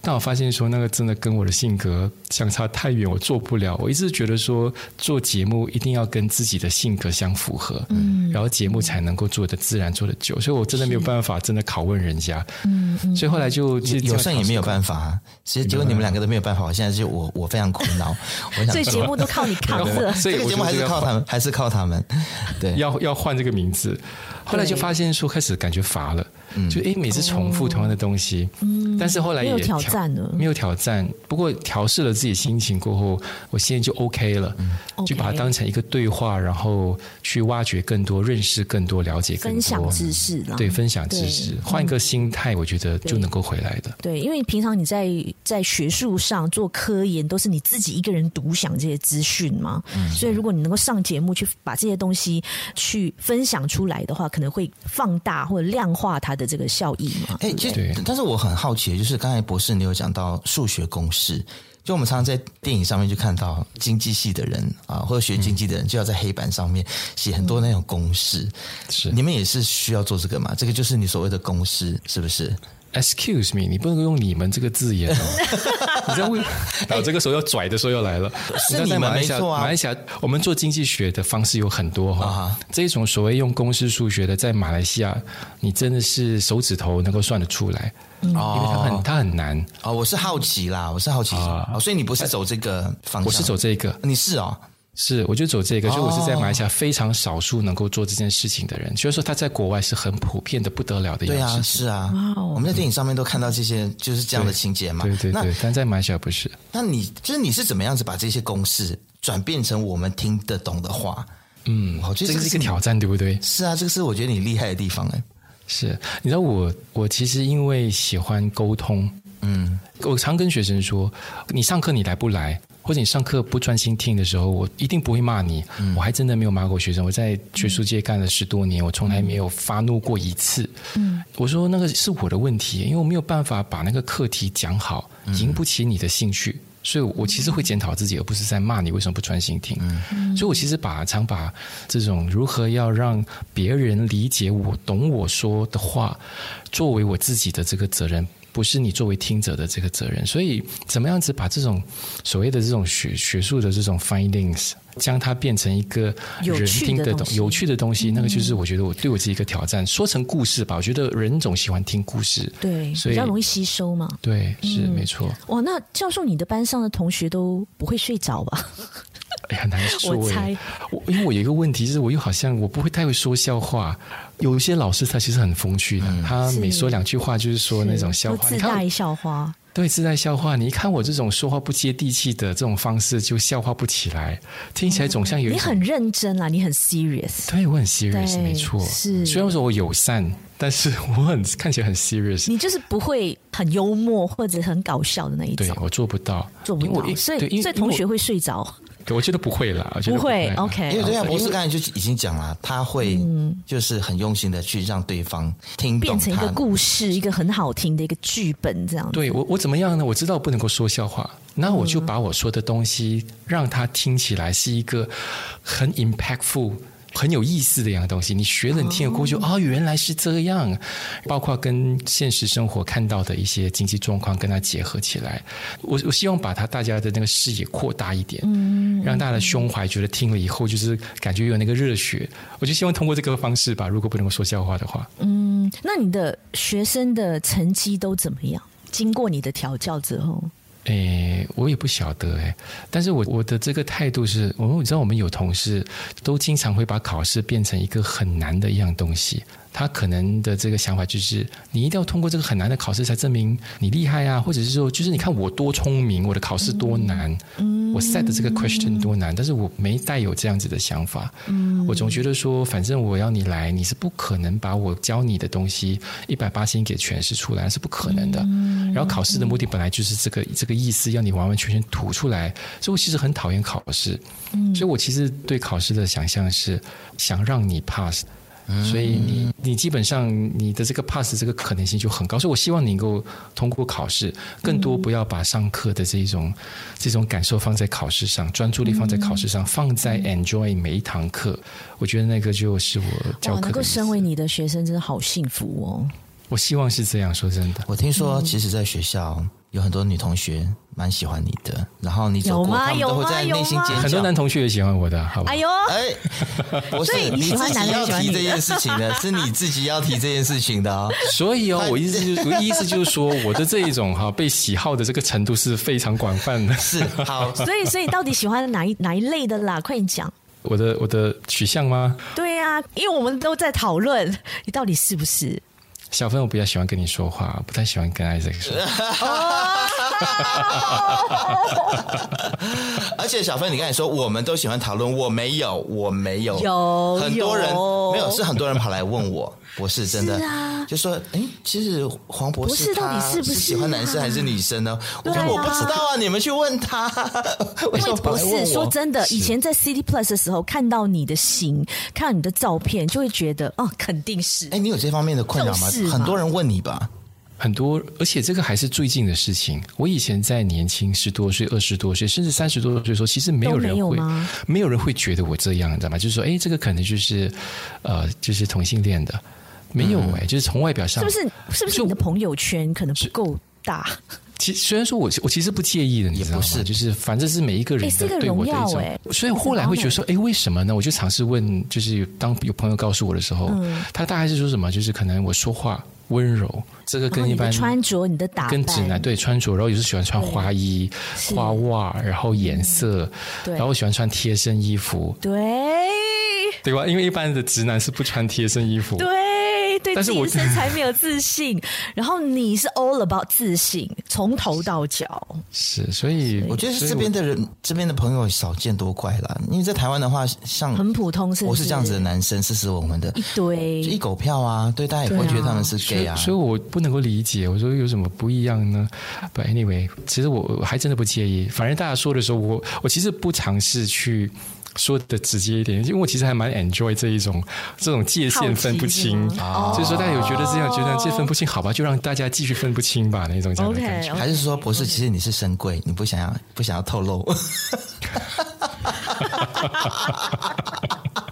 S4: 但我发现说那个真的跟我的性格相差太远，我做不了。我一直觉得说做节目一定要跟自己的性格相符合，嗯，然后节目才能够做的自然做的久，所以我真的没有办法真的拷问人家，嗯，所以后来就其实
S3: 有胜也没有办法、啊，其实结果你们两个都没有办法。我现在就我我非常苦恼，我想
S1: 所以节 目都靠你扛着，
S4: 所以
S3: 这个节目还是靠他们，还是靠他们，对，
S4: 要要换这个名字。后来就发现说开始感觉乏了，就哎每次重复同样的东西，嗯，但是后来也
S1: 没有挑战了，
S4: 没有挑战。不过调试了自己心情过后，我现在就 OK 了，就把它当成一个对话，然后去挖掘更多、认识更多、了解更多、
S1: 分享啊知识，
S4: 对，分享知识，换一个心态，我觉得就能够回来的。
S1: 对，因为平常你在在学术上做科研，都是你自己一个人独享这些资讯嘛，
S4: 嗯
S1: 所以如果你能够上节目去把这些东西去分享出来的话，可能会放大或者量化它的这个效益嘛？
S3: 哎、欸，就但是我很好奇，就是刚才博士你有讲到数学公式，就我们常常在电影上面就看到经济系的人啊，或者学经济的
S4: 嗯
S3: 人就要在黑板上面写很多那种公式，
S4: 是、
S3: 嗯、你们也是需要做这个嘛？这个就是你所谓的公式，是不是？
S4: Excuse me，你不能用“你们”这个字 眼哦。你知道为？然后这个时候要拽的时候又来了。
S3: 是你们没错啊。
S4: 马来西亚，我们做经济学的方式有很多哈、哦。Uh huh. 这种所谓用公式数学的，在马来西亚，你真的是手指头能够算得出来。因为它很它很难
S3: 嗯哦，我是好奇啦，我是好奇啊、哦，所以你不是走这个方向，
S4: 我是走这个，
S3: 你是哦。
S4: 是，我就走这个，所以我是在马来西亚非常少数能够做这件事情的人。所以、哦、说，他在国外是很普遍的不得了的一
S3: 件
S4: 事
S3: 情。对啊，是啊，
S1: 哦
S3: 我们在电影上面都看到这些，就是这样的情节嘛。
S4: 对对对，但在马来西亚不是。
S3: 那你就是你是怎么样子把这些公式转变成我们听得懂的话？
S4: 嗯，我觉得这是一个挑战，对不对？
S3: 是啊，这个是我觉得你厉害的地方哎、欸。
S4: 是，你知道我我其实因为喜欢沟通，嗯，我常跟学生说，你上课你来不来？或者你上课不专心听的时候，我一定不会骂你。嗯、我还真的没有骂过学生。我在学术界干了十多年，我从来没有发怒过一次。嗯，我说那个是我的问题，因为我没有办法把那个课题讲好，引不起你的兴趣。所以，我其实会检讨自己，而不是在骂你为什么不专心听。嗯、所以我其实把常把这种如何要让别人理解我、懂我说的话，作为我自己的这个责任。不是你作为听者的这个责任，所以怎么样子把这种所谓的这种学学术的这种 findings，将它变成一个人听得懂有趣的东西，那个就是
S1: 嗯
S4: 我觉得我对我自己一个挑战。说成故事吧，我觉得人总喜欢听故事，
S1: 对，
S4: 所
S1: 以比较容易吸收嘛。
S4: 对，是、嗯、没错。
S1: 哇，那教授，你的班上的同学都不会睡着吧？
S4: 哎呀，难说。
S1: 我猜，
S4: 我因为我有一个问题是，我又好像我不会太会说笑话。有一些老师他其实很风趣的，嗯、他每说两句话就是说那种笑话，
S1: 自带笑话。
S4: 对，自带笑话。你一看我这种说话不接地气的这种方式，就笑话不起来，听起来总像有、嗯、
S1: 你很认真啦，你很 serious。
S4: 对，我很 serious，没错。
S1: 是，
S4: 虽然说我友善。但是 我很看起来很 serious，
S1: 你就是不会很幽默或者很搞笑的那一种。
S4: 对我做不到，
S1: 做不到，所以所以同学会睡着。
S4: 我觉得不会嗯啦，我觉得
S1: 不会。OK，
S3: 因为对啊，博士刚才就已经讲了，他会就是很用心的去让对方听
S1: 嗯变成一个故事，一个很好听的一个剧本这样。
S4: 对我我怎么样呢？嗯我知道不能够说笑话，那我就把我说的东西让他听起来是一个很 impactful。很有意思的一样东西，你学了你听了过去，哦,哦，原来是这样。包括跟现实生活看到的一些经济状况跟它结合起来，我我希望把它大家的那个视野扩大一点，嗯，让大家的胸怀觉得听了以后就是感觉有那个热血。我就希望通过这个方式吧，如果不能够说笑话的话，
S1: 嗯，那你的学生的成绩都怎么样？经过你的调教之后？
S4: 诶，我也不晓得诶，但是我我的这个态度是，我们你知道，我们有同事都经常会把考试变成一个很难的一样东西。他可能的这个想法就是，你一定要通过这个很难的考试才证明你厉害啊，或者是说，就是你看我多聪明，我的考试多难，嗯、我 set 的这个 question 多难，但是我没带有这样子的想法。嗯、我总觉得说，反正我要你来，你是不可能把我教你的东西一百八十音给诠释出来，是不可能的。嗯、然后考试的目的本来就是这个这个意思，要你完完全全吐出来。所以我其实很讨
S1: 嗯
S4: 厌考试，所以我其实对考试的想象是想让你 pass。所以你你基本上你的这个 pass 这个可能性就很高，所以我希望你能够通过考试，更多不要把上课的这种这种感受放在考试上，专注力放在考试
S1: 嗯
S4: 上，放在 enjoy 每一堂课，我觉得那个就是我教
S1: 哇，
S4: 课
S1: 能
S4: 的
S1: 够
S4: 意
S1: 身
S4: 思。
S1: 为你的学生，真的好幸福哦。
S4: 我希望是这样，说真的，
S3: 我听
S1: 嗯
S3: 说，其实，在学校有很多女同学蛮喜欢你的，然后你走
S1: 有
S3: 过，
S1: 吗
S3: 他们都会在
S1: 有吗
S3: 内心
S1: 有吗
S3: 尖叫。
S4: 很多男同学也喜欢我的，好吧
S1: 哎？呦，
S3: 哎，不
S1: 所以
S3: 是
S1: 你喜
S3: 自
S1: 欢男
S3: 己
S1: 的
S3: 要
S1: 喜欢
S3: 提
S1: 女的
S3: 这件事 情的，是你自己要提这件事情的哦。
S4: 所以哦，我意思就是，我意思就是说，我的这一种哈被喜好的这个程度是非常广泛的。
S3: 是好，
S1: 所以所以到底喜欢哪一哪一类的啦？快点讲。
S4: 我的我的取向吗？
S1: 对呀、因为我们都在讨论你到底是不是。
S4: 小芬，我比较喜欢跟你说话，不太喜欢跟 Isaac 说。
S3: 而且小芬，你刚才说我们都喜欢讨论，我没有，我没有，
S1: 有
S3: 很多人
S1: 有
S3: 没有，是很多人跑来问我，我是真的，
S1: 是啊
S3: 就说哎，其实黄博
S1: 博士
S3: 士
S1: 到底
S3: 他
S1: 是不
S3: 喜
S1: 是
S3: 欢男生
S1: 啊
S3: 还是女生呢？我
S1: 对
S3: 说
S1: 啊
S3: 我不知道啊，你们去问 他，为什么跑
S1: 不
S3: 来问我？
S1: 是说真的，以前在 City Plus 的时候看到你的型，看到你的照片，就会觉得哦，肯定是。
S3: 哎，你有这方面的困扰吗
S1: 就是？嘛
S3: 很多人问你吧，
S4: 很多，而且这个还是最近的事情。我以前在年轻十多岁、二十多岁，甚至三十多岁的时候，其实没有人
S1: 都没
S4: 会，
S1: 有吗
S4: 没有人会觉得我这样，你知道吗？就是说，哎，这个可能就是，呃，就是同性恋的，没有哎、就是从外表上，
S1: 是不是？是不是你的朋友圈可能不够大？
S4: 其虽然说我我其实不介意的，你知道
S3: 也
S4: 吗？
S3: 不是
S4: 就是反正是每一个人
S1: 诶是
S4: 的
S1: 个
S4: 对我的
S1: 荣耀
S4: 一种，
S1: 诶
S4: 所以后来会觉得说，哎，为什么呢？我就尝试问，就是当有朋友告诉我的时候，
S1: 嗯
S4: 他大概是说什么？就是可能我说话温柔，这个
S1: 然
S4: 跟
S1: 后
S4: 一
S1: 哦你的
S4: 般
S1: 穿着、你的打扮
S4: 跟，直男对穿着，然后有时喜欢穿花衣、
S1: 是嗯
S4: 花袜，然后颜色，
S1: 对
S4: 然后喜欢穿贴身衣服，
S1: 对
S4: 对吧？因为一般的直男是不穿贴身衣服。
S1: 对对，
S4: 但
S1: 自
S4: 是
S1: 己
S4: 我
S1: 的身材没有自信，然后你是 all about 自信，从头到脚。
S4: 是，所以
S3: 我觉得
S4: 所以
S3: 这边的人，这边的朋友少见多怪啦。因为在台湾的话，像
S1: 很普通是不
S3: 我是这样子的
S1: 是
S3: 男生，斯斯文文的，
S1: 一
S3: 就一
S1: 堆，
S3: 狗票啊，对，大家也不会
S1: 对啊
S3: 觉得他们是
S4: 所以
S3: gay 啊。
S4: 所以我不能够理解，我说有什么不一样呢？But anyway，其实我我还真的不介意，反正大家说的时候，我我其实不尝试去。说的直接一点，因为我其实还蛮 enjoy 这一种这种界限分不清
S1: 好奇是，吗
S3: 啊
S4: 所以说大家有觉得这样觉得这分不清，好吧，就让大家继续分不清吧，那种这样的感觉。
S1: OK，
S3: 还是说，博士，其实你是深贵，你不想要不想要透露？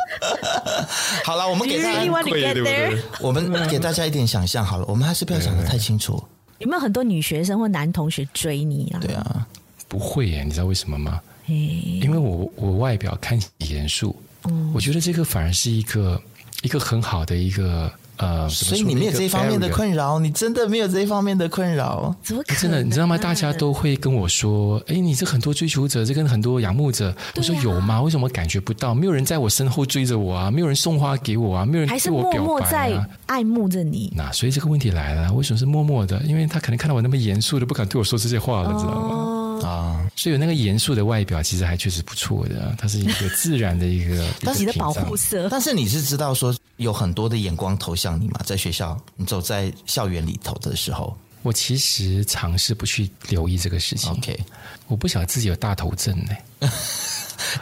S3: 好了，我们
S1: Do
S3: 给
S1: you
S3: 大
S1: really
S3: 家，
S1: want to
S4: 贵
S1: get
S4: 对不
S1: there？嗯
S4: 对
S3: 我们给大家一点想象好了，我们还是不要想的太清楚。
S1: 有没有很多女学生或男同学追你啊？
S3: 对啊，
S4: 不会耶，你知道为什么吗？
S1: 嘿，
S4: 因为我我外表看起严肃，
S1: 嗯
S4: 我觉得这个反而是一个一个很好的一个呃，怎么
S3: 所以
S4: 说
S3: 你
S4: 呢
S3: 没有
S4: 一个
S3: 这一方面的
S4: barrier
S3: 困扰，你真的没有这一方面的困扰。
S1: 怎 么可能？
S4: 哎真的，你知道吗？大家都会跟我说：“哎，你这很多追求者，这跟很多仰慕者。
S1: 啊
S4: 我说：“有吗？为什么感觉不到？没有人在我身后追着我啊，没有人送花给我啊，没有人
S1: 还是
S4: 对我
S1: 默
S4: 表
S1: 默
S4: 白
S1: 在
S4: 啊。
S1: 爱慕着你”？
S4: 那所以这个问题来了，为什么是默默的？因为他可能看到我那么严肃的，不敢对我说这些话了，知道吗？
S1: 哦，
S3: 啊，
S4: 所以有那个严肃的外表，其实还确实不错的，它是一个自然的一 个
S1: 自己的
S4: 一个
S1: 保
S4: 屏障
S1: 护色。
S3: 但是你是知道说有很多的眼光投向你嘛，在学校，你走在校园里头的时候
S4: 我其实尝试不去留意这个事情
S3: ，OK。
S4: 我不晓得自己有大头症呢、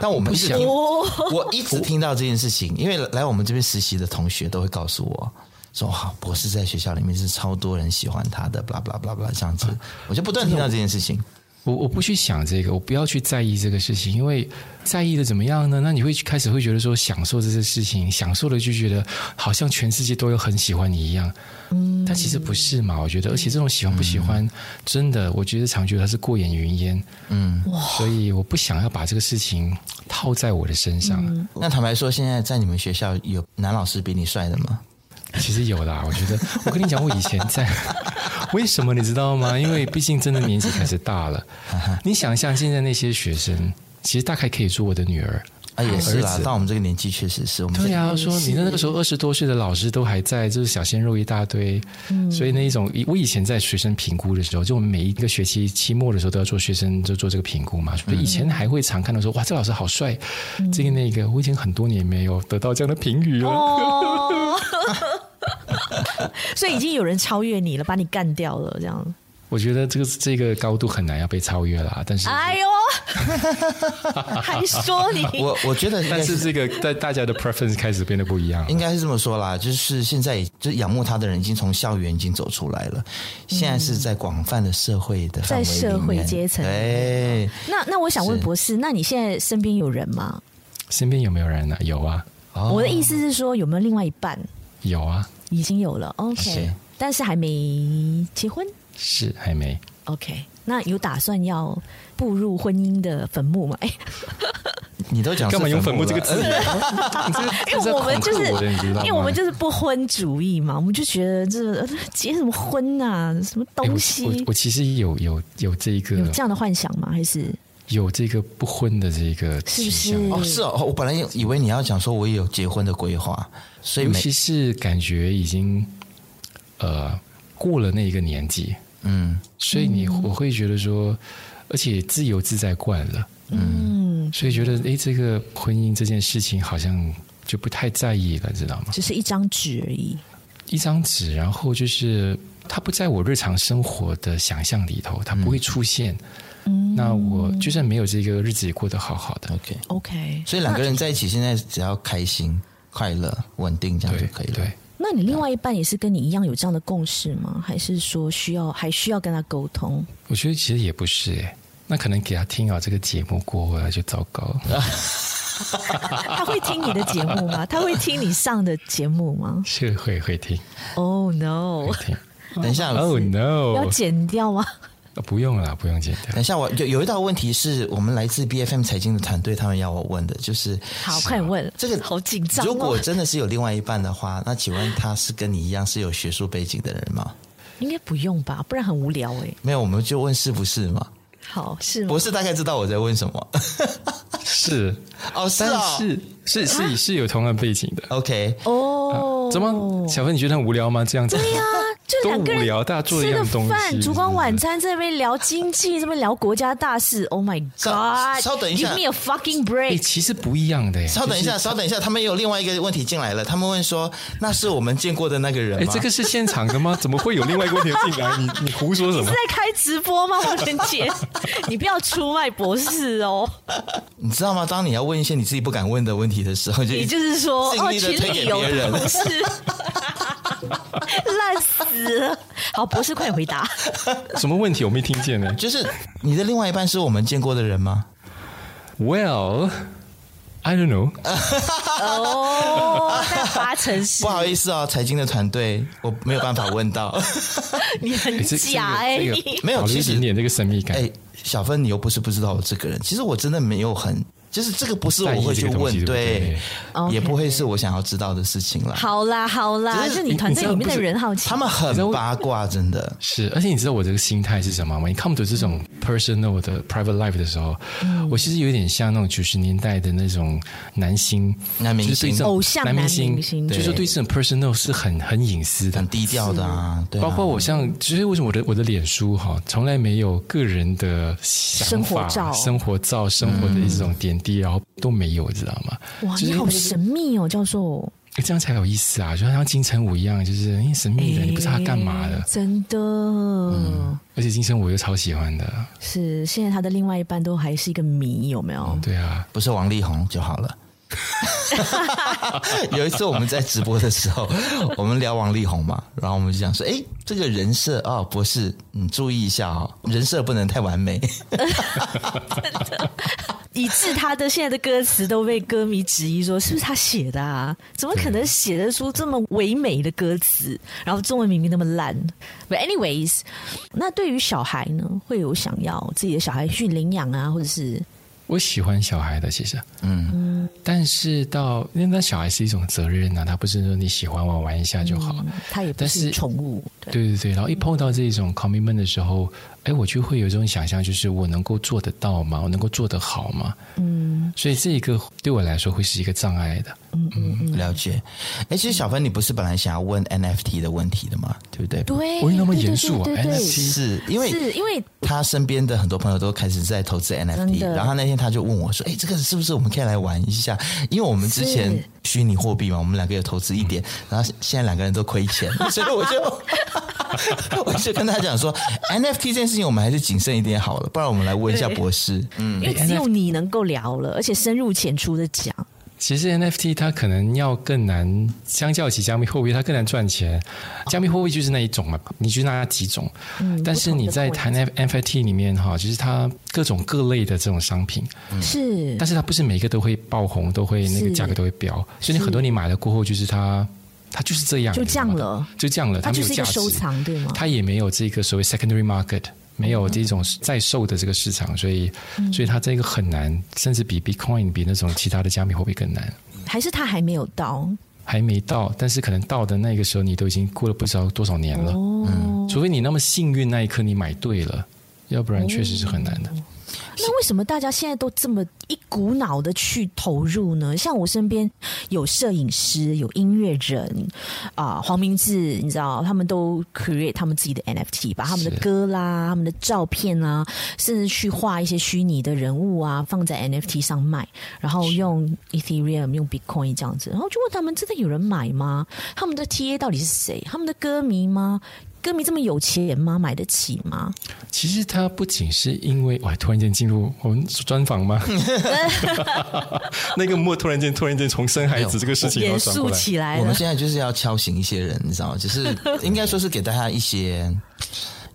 S3: 但我们一直
S4: 不想
S3: 听
S1: 哦，
S3: 我一直听到这件事情，因为来我们这边实习的同学都会告诉我说：“哇，博士在学校里面是超多人喜欢他的，巴拉巴拉巴拉巴拉这样子。”我就不断听到这件事情。
S4: 我我不去想这个，我不要去在意这个事情，因为在意的怎么样呢？那你会开始会觉得说享受这些事情，享受了就觉得好像全世界都有很喜欢你一样，嗯，但其实不是嘛？我觉得，而且这种喜欢不喜欢，真的，我觉得常觉得它是过眼云烟，嗯，所以我不想要把这个事情套在我的身上。
S3: 那坦白说，现在在你们学校有男老师比你帅的吗？
S4: 其实有啊啦，我觉得，我跟你讲，我以前在，为什么你知道吗？因为毕竟真的年纪开始大了，你想象现在那些学生，其实大概可以做我的女儿。
S3: 啊，也是啦
S4: 儿，子
S3: 到我们这个年纪确实是我们
S4: 对呀、说你那个时候二十多岁的老师都还在，就是小鲜肉一大堆，所以那一种，我以前在学生评估的时候，就我们每一个学期期末的时候都要做学生就做这个评估嘛，所以以前还会常看到说哇，这老师好帅，这个那个，我已经很多年没有得到这样的评语了。
S1: 哦 哦，所以已经有人超越你了，把你干掉了，这样。
S4: 我觉得这个这个高度很难要被超越啦。但是，
S1: 哎 呦，还说你
S3: 我我觉得 应该
S4: 但
S3: 是
S4: 是这个大大家的 preference 开始变得不一样了
S3: 应。该是这么说啦，就是现在就是仰慕他的人已经从校园已经走出来了，现在
S4: 嗯
S3: 是在广泛的社会的范围
S1: 在
S3: 里面哎
S1: 社会阶层
S3: 对，
S1: 那那我想问
S3: 是
S1: 博士，那你现在身边有人吗？
S4: 身边有没有人呢、有啊，
S3: 哦
S1: 我的意思是说，有没有另外一半
S4: 有啊，
S1: 已经有了？OK，
S3: 是
S1: 但是还没结婚。
S4: 是还没。
S1: OK，那有打算要步入婚姻的坟墓 吗？哎、
S3: 你都讲是
S4: 干嘛用
S3: 坟
S4: 坟墓这个
S3: 了
S4: 字？眼？你这个
S1: 因为我们就是
S4: 这，是在恐吓我的你知道吗
S1: 因为我们就是不婚主义嘛，我们就觉得这呃结什么婚啊，什么
S4: 哎我
S1: 东西，
S4: 我我其实有有有这个
S1: 有这样的幻想吗？还是
S4: 有这个不婚的这个
S1: 是
S4: 倾
S1: 不
S4: 向，
S1: 是？
S3: 哦，是哦，我本来以为你要讲说我也有结婚的规划，所以
S4: 尤
S3: 每
S4: 其是感觉已经呃过了那一个年纪，
S3: 嗯
S4: 所以你我会觉得说，而且自由自在惯了，
S1: 嗯，
S4: 所以觉得哎，这个婚姻这件事情好像就不太在意了，知道吗？
S1: 只是一张纸而已。
S4: 一张纸，然后就是它不在我日常生活的想象里头，它不会出现。
S3: 嗯
S4: 那我就算没有这个日子也过得好好的，
S3: ，OK，
S1: OK，
S3: 所以两个人在一起，现在只要开心、快乐、稳定这样就
S4: 对
S3: 可以了
S4: 对。。
S1: 那你另外一半也是跟你一样有这样的共识吗？还是说需要还需要跟他沟通？
S4: 我觉得其实也不是哎，那可能给他听啊这个节目过后啊就糟糕 了，
S1: 他会听你的节目 吗？他会听你上的节目吗
S4: 是会会听
S1: ？Oh no！
S4: 会 听。
S3: 等一下，
S4: Oh
S1: 要
S4: no！啊
S1: 剪掉吗？
S4: 不用了，不用剪掉
S3: 等。一下，我有有一道问题是我们来自 B F M 财经的团队，他们要我问的，就是
S1: 好，快问
S3: 这个
S1: 好紧张、哦。
S3: 如果真的是有另外一半的话，那请问他是跟你一样是有学术背景的人吗？
S1: 应该不用吧，不然很无聊哎、
S3: 没有，我们就问是不是嘛。
S1: 嗯好，是吗
S3: 博？士大概知道我在问什么
S4: 是，
S3: 哦， 是
S4: 但
S3: 哦
S4: 是是是是有同样背景的。
S3: ，OK，
S1: 哦，
S4: 啊怎么，小芬你觉得很无聊吗？这样子？
S1: 对呀、就
S4: 多
S1: 两个
S4: 无
S1: 人
S4: 聊大家做一
S1: 吃
S4: 样
S1: 个
S4: 东西
S1: 饭，烛光
S4: 是不是
S1: 晚餐，在那边聊经济，这边聊国家大事。Oh my
S3: 稍
S1: god！
S3: 稍等一下
S1: ，Give me a fucking
S4: 哎、
S1: break！
S4: 其实不一样的耶。
S3: 稍等一下，稍等一下，他们有另外一个问题进来了，他们问说，那是我们见过的那个人
S4: 哎，
S3: 吗？
S4: 这个是现场的吗？怎么会有另外一个问题进来？你你胡说什
S1: 是
S4: 么
S1: 在？开直播吗，王仁杰？你不要出卖博士哦！
S3: 你知道吗？当你要问一些你自己不敢问的问题的时候，就
S1: 也就是说，
S3: 尽
S1: 哦，
S3: 力地
S1: 群
S3: 推
S1: 里
S3: 给
S1: 有
S3: 别人
S1: 同事，烂死了。好，博士快点回答。
S4: 什么问题我没听见呢
S3: 就是你的另外一半是我们见过的人吗？
S4: ？Well, I don't know。
S3: 呃
S1: 哦，在八成是
S3: 不，好意思哦，财经的团队我没有办法问 到。
S1: 你很
S4: 这
S1: 假哎、
S4: 这个
S1: 你
S4: 这个
S3: 没有
S4: 少了
S3: 其
S4: 一
S3: 实
S4: 点点这个神秘感。
S3: 哎、小芬，你又不是不知道我这个人，其实我真的没有很，就是这个不是我会去问，
S4: 在意这个东西对不对
S3: 也
S1: OK
S3: 不会是我想要知道的事情啦。
S1: 好啦好啦，
S3: 只
S1: 就
S3: 是
S1: 你团队里面的人好奇
S3: 他。们很八卦，真的。
S4: 是，而且你知道我这个心态是什么吗？你 come to 这种
S3: 嗯
S4: personal 的 private life 的时候，我其实有点像那种九十年代的那种男星、
S3: 男明星
S4: 就是对这种
S1: 偶像
S4: 男
S1: 男明
S4: 明
S1: 星
S4: 就是
S3: 对
S4: 对这种 personal 是很很隐私的
S3: 很。低调的啊，对啊
S4: 包括我像，其实为什么我的我的脸书哈，从来没有个人的想法、
S1: 生活照
S4: 生活照、生活的一种点滴，然后都没有，知道吗？
S1: 哇，
S4: 就是
S1: 你好神秘哦，教授。
S4: 诶这样才有意思啊！就像金城武一样，就是因为神秘的，你不知道他干嘛的
S1: 哎。真的、
S4: 而且金城武又超喜欢的，
S1: 是现在他的另外一半都还是一个谜，有没有？
S4: 对啊，
S3: 不是王力宏就好 了。有一次我们在直播的时候，我们聊王力宏嘛，然后我们就讲说，哎，这个人设啊、博士，你注意一下哦，人设不能太完美。
S1: 以致他的现在的歌词都被歌迷质疑说是不是他写的啊？怎么可能写得出这么唯美的歌词？然后中文明明那么烂。But anyways，那对于小孩呢，会有想要自己的小孩去领养啊，或者是
S4: 我喜欢小孩的，其实，嗯，但是到因为那小孩是一种责任啊，他不是说你喜欢玩玩一下就好，
S1: 他也不
S4: 但
S1: 是
S4: 是
S1: 宠物，对，
S4: 对对对，然后一碰到这种 commitment 的时候，哎，我就会有这种想象，就是我能够做得到吗？我能够做得好吗？嗯，所以这一个对我来说会是一个障碍的，
S3: 嗯嗯嗯，了解。哎，其实小芬，你不是本来想要问 NFT 的问题的嘛？对不对？
S1: 对，
S4: 我有那么
S1: 对对
S4: 严肃啊
S1: 对对对
S4: NFT
S3: 是因为
S1: 是因为
S3: 他身边的很多朋友都开始在投资 NFT，
S1: 的
S3: 然后他那天他就问我说：“哎、这个是不是我们可以来玩一下？因为我们之前
S1: 是
S3: 虚拟货币嘛，我们两个有投资一点，然后现在两个人都亏 钱，所以我就 我就跟他讲说，NFT 这件事情我们还是谨慎一点好了，不然我们来问一下博士。嗯，
S1: 因为只有你能够聊了，而且深入浅出的讲，
S4: 其实 NFT 它可能要更难，相较起加密货币，它更难赚钱。加密货币就是那一种嘛，你去那几种。但是你在谈 NFT 里面哈，其实它各种各类的这种商品，
S1: 是
S4: 但是它不是每一个都会爆红，都会那个价格都会飙，所以你很多你买了过后，就是它它就是这样，
S1: 就降了
S4: 就降了，
S1: 它
S4: 没
S1: 就
S4: 有
S1: 是一
S4: 价
S1: 个
S4: 值，
S1: 收藏对吗
S4: 它也没有这个所谓 secondary market。没有这种在售的这个市场，所以，
S1: 嗯
S4: 所以它这个很难，甚至比 Bitcoin 比那种其他的加密货币更难。
S1: 还是他还没有到
S4: 还没到，但是可能到的那个时候，你都已经过了不知道多少年了。
S1: 哦
S4: 嗯，除非你那么幸运那一刻你买对了，要不然确实是很难
S1: 哦
S4: 的。
S1: 那为什么大家现在都这么一股脑的去投入呢？像我身边有摄影师、有音乐人啊、黄明志，你知道，他们都 create 他们自己的 NFT，把他们的
S4: 是
S1: 歌啦、他们的照片啊，甚至去画一些虚拟的人物啊，放在 NFT 上卖，然后用 Ethereum、用 Bitcoin 这样子，然后就问他们：真的有人买吗？他们的 TA 到底是谁？他们的歌迷吗？歌迷这么有钱吗？买得起吗？
S4: 其实它不仅是因为哇，突然间进入我们专 访吗？那个莫突然间突然间从生孩子这个事情然
S1: 严
S4: 后转过
S1: 肃
S4: 来，
S1: 起来
S3: 我
S1: 了
S3: 们。现在就是要敲醒一些人，你知道吗？就是应该说是给大家一些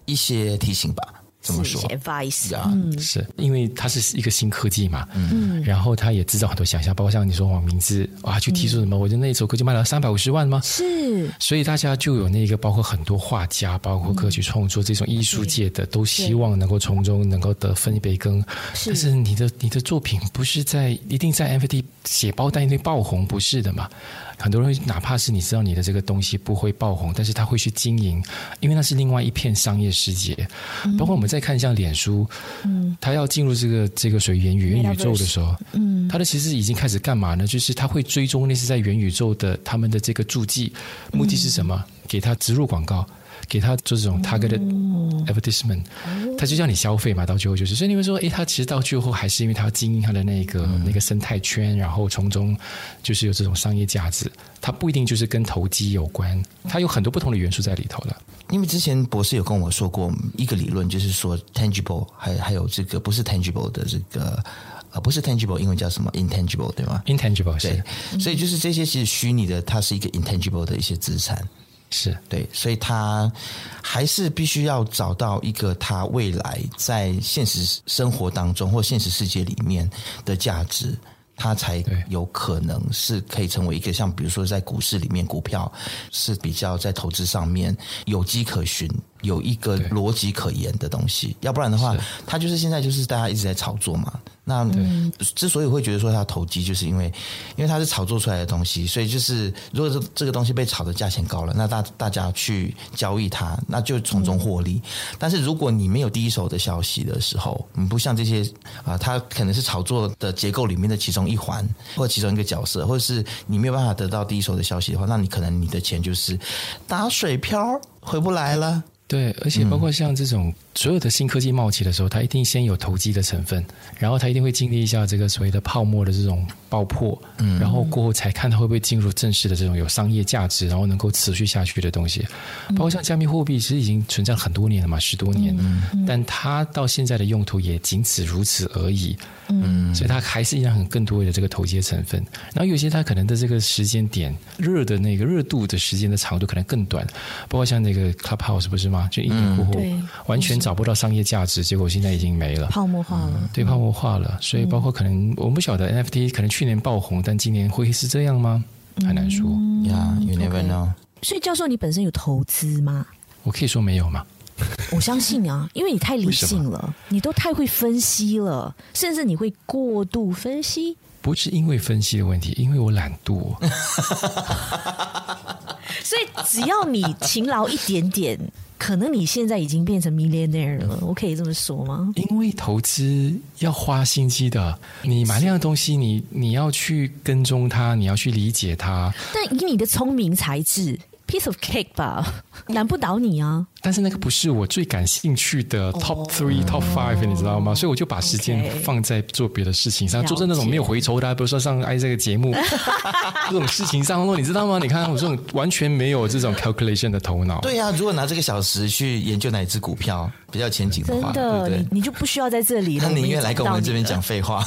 S3: 一些提醒吧。怎么
S1: 是
S3: 说啊
S1: 一些 advice
S3: 呀？
S4: 是因为它是一个新科技嘛，嗯，然后它也制造很多想象，包括像你说黄明志啊，去提出什么，
S1: 嗯
S4: 我就那一首歌就卖了三百五十万吗？
S1: 是
S4: 所以大家就有那个，包括很多画家，包括歌曲创作这种艺术界的，都希望能够从中能够得分一杯羹。但是你的你的作品不是在一定在 NFT 写包单一定爆红，不是的嘛？很多人会哪怕是你知道你的这个东西不会爆红，但是他会去经营，因为那是另外一片商业世界。包括我们再看像脸书，嗯，他要进入这个这个属于元宇元宇宙的时候，嗯，他的其实已经开始干嘛呢？就是他会追踪类似在元宇宙的他们的这个助记，目的是什么？给他植入广告，给他做这种 targeted advertisement，、他就叫你消费嘛。到最后就是，所以你会说，诶，他其实到最后还是因为他要经营他的那个、那个生态圈，然后从中就是有这种商业价值。它不一定就是跟投机有关，它有很多不同的元素在里头的。
S3: 因为之前博士有跟我说过一个理论，就是说 tangible 还还有这个不是 tangible 的这个呃不是 tangible 英文叫什么 intangible 对吗？
S4: intangible
S3: 对
S4: 是，
S3: 所以就是这些其实虚拟的，它是一个 intangible 的一些资产，
S4: 是
S3: 对，所以它还是必须要找到一个它未来在现实生活当中或现实世界里面的价值，它才
S4: 对
S3: 有可能是可以成为一个像比如说在股市里面，股票是比较在投资上面有迹可循。有一个逻辑可言的东西，要不然的话，它就是现在就是大家一直在炒作嘛。那之所以会觉得说它投机，就是因为因为它是炒作出来的东西，所以就是如果这这个东西被炒的价钱高了，那大大家去交易它，那就从中获利。但是如果你没有第一手的消息的时候，你不像这些啊、它可能是炒作的结构里面的其中一环，或其中一个角色，或者是你没有办法得到第一手的消息的话，那你可能你的钱就是打水漂，回不来了。
S4: 对，而且包括像这种所有的新科技冒起的时候，它一定先有投机的成分，然后它一定会经历一下这个所谓的泡沫的这种爆破，嗯，然后过后才看它会不会进入正式的这种有商业价值，然后能够持续下去的东西。包括像加密货币，其实已经存在了很多年了嘛，十多年，
S1: 嗯
S4: 但它到现在的用途也仅此如此而已。嗯，所以它还是一样很更多的这个投机的成分。然后有些它可能的这个时间点热的那个热度的时间的长度可能更短，包括像那个 Clubhouse 不是吗？就一年过后、
S1: 对
S4: 完全找不到商业价值，结果现在已经没了。
S1: 泡嗯沫化
S3: 嗯
S1: 了，
S4: 对泡沫化了，所以包括可能我们不晓得 NFT 可能去年爆红，但今年会是这样吗？
S1: 嗯
S4: 很难说。
S3: Yeah, you never know.
S1: 所以教授，你本身有投资 吗？
S4: 我可以说没有嘛？
S1: 我相信啊，因为你太理性了，你都太会分析了，甚至你会过度分析。
S4: 不是因为分析的问题，因为我懒 惰。
S1: 所以只要你勤劳一点点，可能你现在已经变成 millionaire 了，我可以这么说 吗？
S4: 因为投资要花心机的，你买那样东西，你你要去跟踪它，你要去理解它，
S1: 但以你的聪明才智，piece of cake 吧，难不倒你啊！
S4: 但是那个不是我最感兴趣的 top three、top five，你知道吗？所以我就把时间
S1: 哦 OK
S4: 放在做别的事情上，
S1: 了
S4: 做这那种
S1: 解
S4: 没有回酬的啊、比如说上爱这个 节目这种事情上咯，你知道吗？你看我这种完全没有这种 calculation 的头脑，
S3: 对呀、如果拿这个小时去研究哪一只股票比较有前景的
S1: 真
S3: 话，
S1: 的，
S3: 对
S1: 你
S3: 不对？
S1: 你就不需要在这里了。
S3: 他
S1: 们
S3: 宁愿
S1: 也
S3: 来
S1: 找
S3: 跟
S1: 不
S3: 我
S1: 到
S3: 们这边
S1: 你了
S3: 讲废话，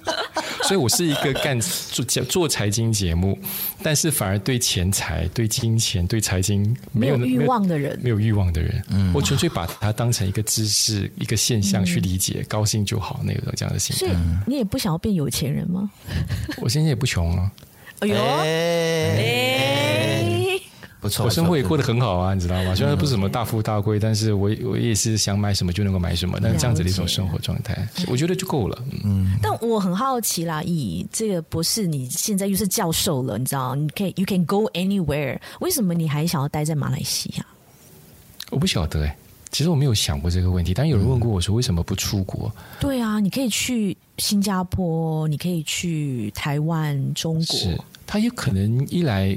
S4: 所以我是一个干做做财经节目，但是反而对钱财、对金钱、对财经
S1: 没
S4: 没有
S1: 有欲望的
S4: 没
S1: 人
S4: 有。没有欲望的人。嗯，我纯粹把它当成一个知识、一个现象去理解，高兴就好那种这样的心
S1: 所
S4: 态。
S1: 以
S3: 嗯
S1: 你也不想要变有钱人吗？
S4: 我现在也不穷啊，
S1: 哎呦， 啊
S3: 哎，
S1: 哎
S3: 不错，
S4: 我生活也
S3: 不错
S4: 过得很好啊，你知道吗？虽然不是什么大富大贵，但是我我也是想买什么就能够买什么，但是这样子的一种生活状态，我觉得就够了。嗯，
S1: 但我很好奇啦，以这个博士，你现在又是教授了，你知道，你可以 you can go anywhere，为什么你还想要待在马来西亚？
S4: 我不晓得哎、其实我没有想过这个问题，但有人问过我说为什么不出国？
S1: 对啊，你可以去新加坡，你可以去台湾、中国，
S4: 是，他有可能一来，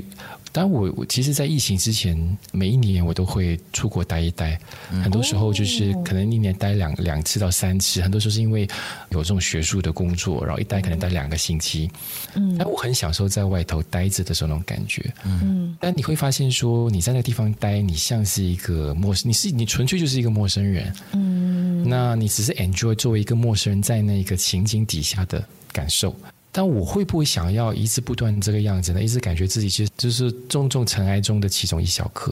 S4: 当然我我其实，在疫情之前，每一年我都会出国待一待，很多时候就是可能一年待两两次到三次，很多时候是因为有这种学术的工作，然后一待可能待两个星期，嗯，但我很享受在外头待着的时候那种感觉，嗯，但你会发现说，你在那个地方待，你像是一个陌生，你是你纯粹就是一个陌生人，那你只是 enjoy 作为一个陌生人在那个情景底下的感受。但我会不会想要一直不断这个样子呢？一直感觉自己其实就是重重尘埃中的其中一小颗，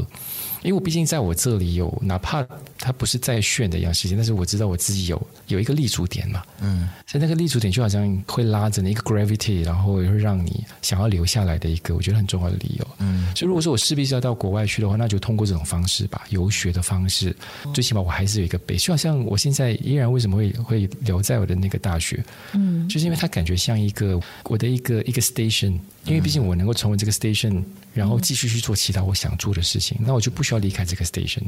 S4: 因为我毕竟在我这里有，哪怕它不是再炫的一样事情，但是我知道我自己有有一个立足点嘛，嗯，所以那个立足点就好像会拉着你一个 gravity，然后也会让你想要留下来的一个我觉得很重要的理由，嗯，所以如果说我势必是要到国外去的话，那就通过这种方式吧，游学的方式，最起码我还是有一个 base，就好像我现在依然为什么会会留在我的那个大学，嗯，就是因为它感觉像一个我的一个一个 station，因为毕竟我能够成为
S1: 嗯
S4: 这个 station，然后继续去做其他我想做的事情，那我就不需要离开这个 station。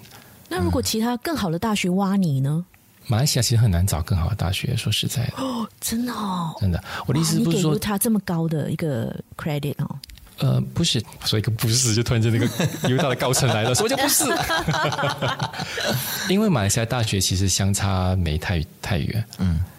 S1: 那如果其他更好的大学挖你呢？
S4: 马来西亚其实很难找更好的大学，说实在的，
S1: 真的哦，
S4: 真的，我的意思
S1: 哇
S4: 不是
S1: 你
S4: 说
S1: 给他这么高的一个 credit 哦，
S4: 呃不是，所以一个不是就突然间那 个犹大的高层来了，所以我就不是，因为马来西亚大学其实相差没太太远，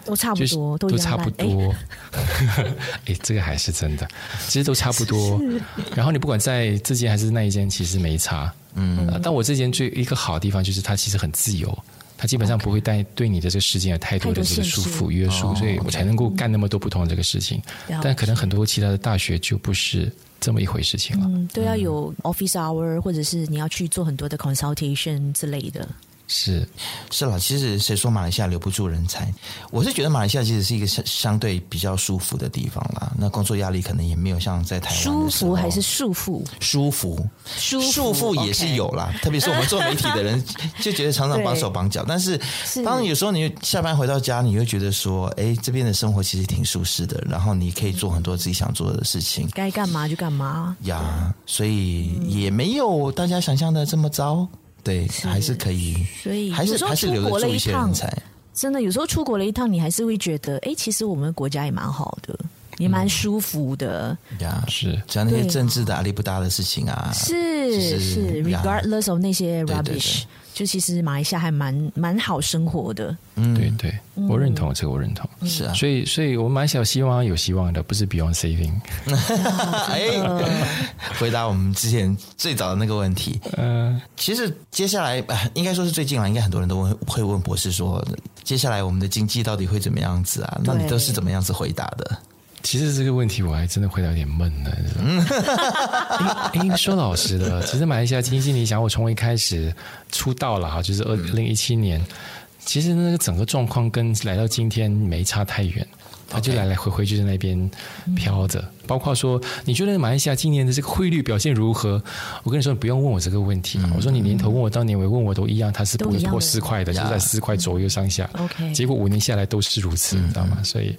S1: 都差不
S4: 就是
S1: 多，
S4: 都
S1: 一样
S4: 差
S1: 烂
S4: 不。
S1: 哎
S4: 多。 哎，这个还是真的，其实都差不多。 然后你不管在这间还是那一间，其实没差。嗯，但我这间最一个好的地方就是它其实很自由。它基本上不会带对你的这个时间有太多的这个束
S1: 太多
S4: 缚约束，所以我才能够干那么多不同的这个事情
S1: 嗯了解。
S4: 但可能很多其他的大学就不是这么一回事情了。
S1: 嗯，都要有 office hour，或者是你要去做很多的 consultation 之类的。
S4: 是，
S3: 是啦，其实谁说马来西亚留不住人才？我是觉得马来西亚其实是一个相相对比较舒服的地方啦，那工作压力可能也没有像在台湾的时
S1: 舒
S3: 候
S1: 服还是束缚？
S3: 舒服，
S1: 舒服
S3: 束缚也是有啦。特别是我们做媒体的 人，就觉得常常绑手绑脚。但是，当然有时候你下班回到家，你会觉得说，哎，这边的生活其实挺舒适的，然后你可以做很多自己想做的事情
S1: 该干嘛就干嘛。
S3: 呀，所以
S1: 嗯
S3: 也没有大家想象的这么糟。对，还是可以，
S1: 所以
S3: 还
S1: 有
S3: 是
S1: 时候
S3: 还是留
S1: 出国
S3: 得
S1: 了
S3: 住
S1: 一
S3: 一些
S1: 趟
S3: 人，才。
S1: 真的有时候出国了一趟，你还是会觉得，哎，其实我们国家也蛮好的，也蛮舒服的。
S3: 呀
S4: 是
S3: 只要那些
S1: 对啊
S3: 政治的阿里不搭的事情啊，
S1: 是
S3: 是
S1: 是
S3: 呀
S1: ，regardless of 那些
S3: 对对
S1: rubbish，就其实马来西亚还蛮蛮好生活的。
S4: 对对，
S1: 嗯
S4: 我认同这个，我认同。
S3: 是啊，
S4: 所以，所以我蛮小希望有希望的，不是 Beyond Saving。
S3: 哎，
S1: 嗯
S3: 回答我们之前最早的那个问题。
S4: 嗯，
S3: 其实接下来 呃应该说是最近了，应该很多人都问会问博士说，接下来我们的经济到底会怎么样子啊？那你
S1: 对
S3: 都是怎么样子回答的？
S4: 其实这个问题我还真的回答有点闷了。你知道 吗因因为说老实的，其实马来西亚经济，你想我从一开始出道了哈，就是二零一七年，其实那个整个状况跟来到今天没差太远。它就来来回回就在那边飘着，包括说，你觉得马来西亚今年的这个汇率表现如何？我跟你说，你不用问我这个问题。啊我说你年头问我到年尾问我都一样，它是
S1: 嗯
S4: 不
S1: 都一
S4: 会
S1: 样
S4: 破
S1: 的
S4: 四块的，就是在四块左右上下。
S1: OK
S4: 结果五年下来都是如此，你知道吗？所以，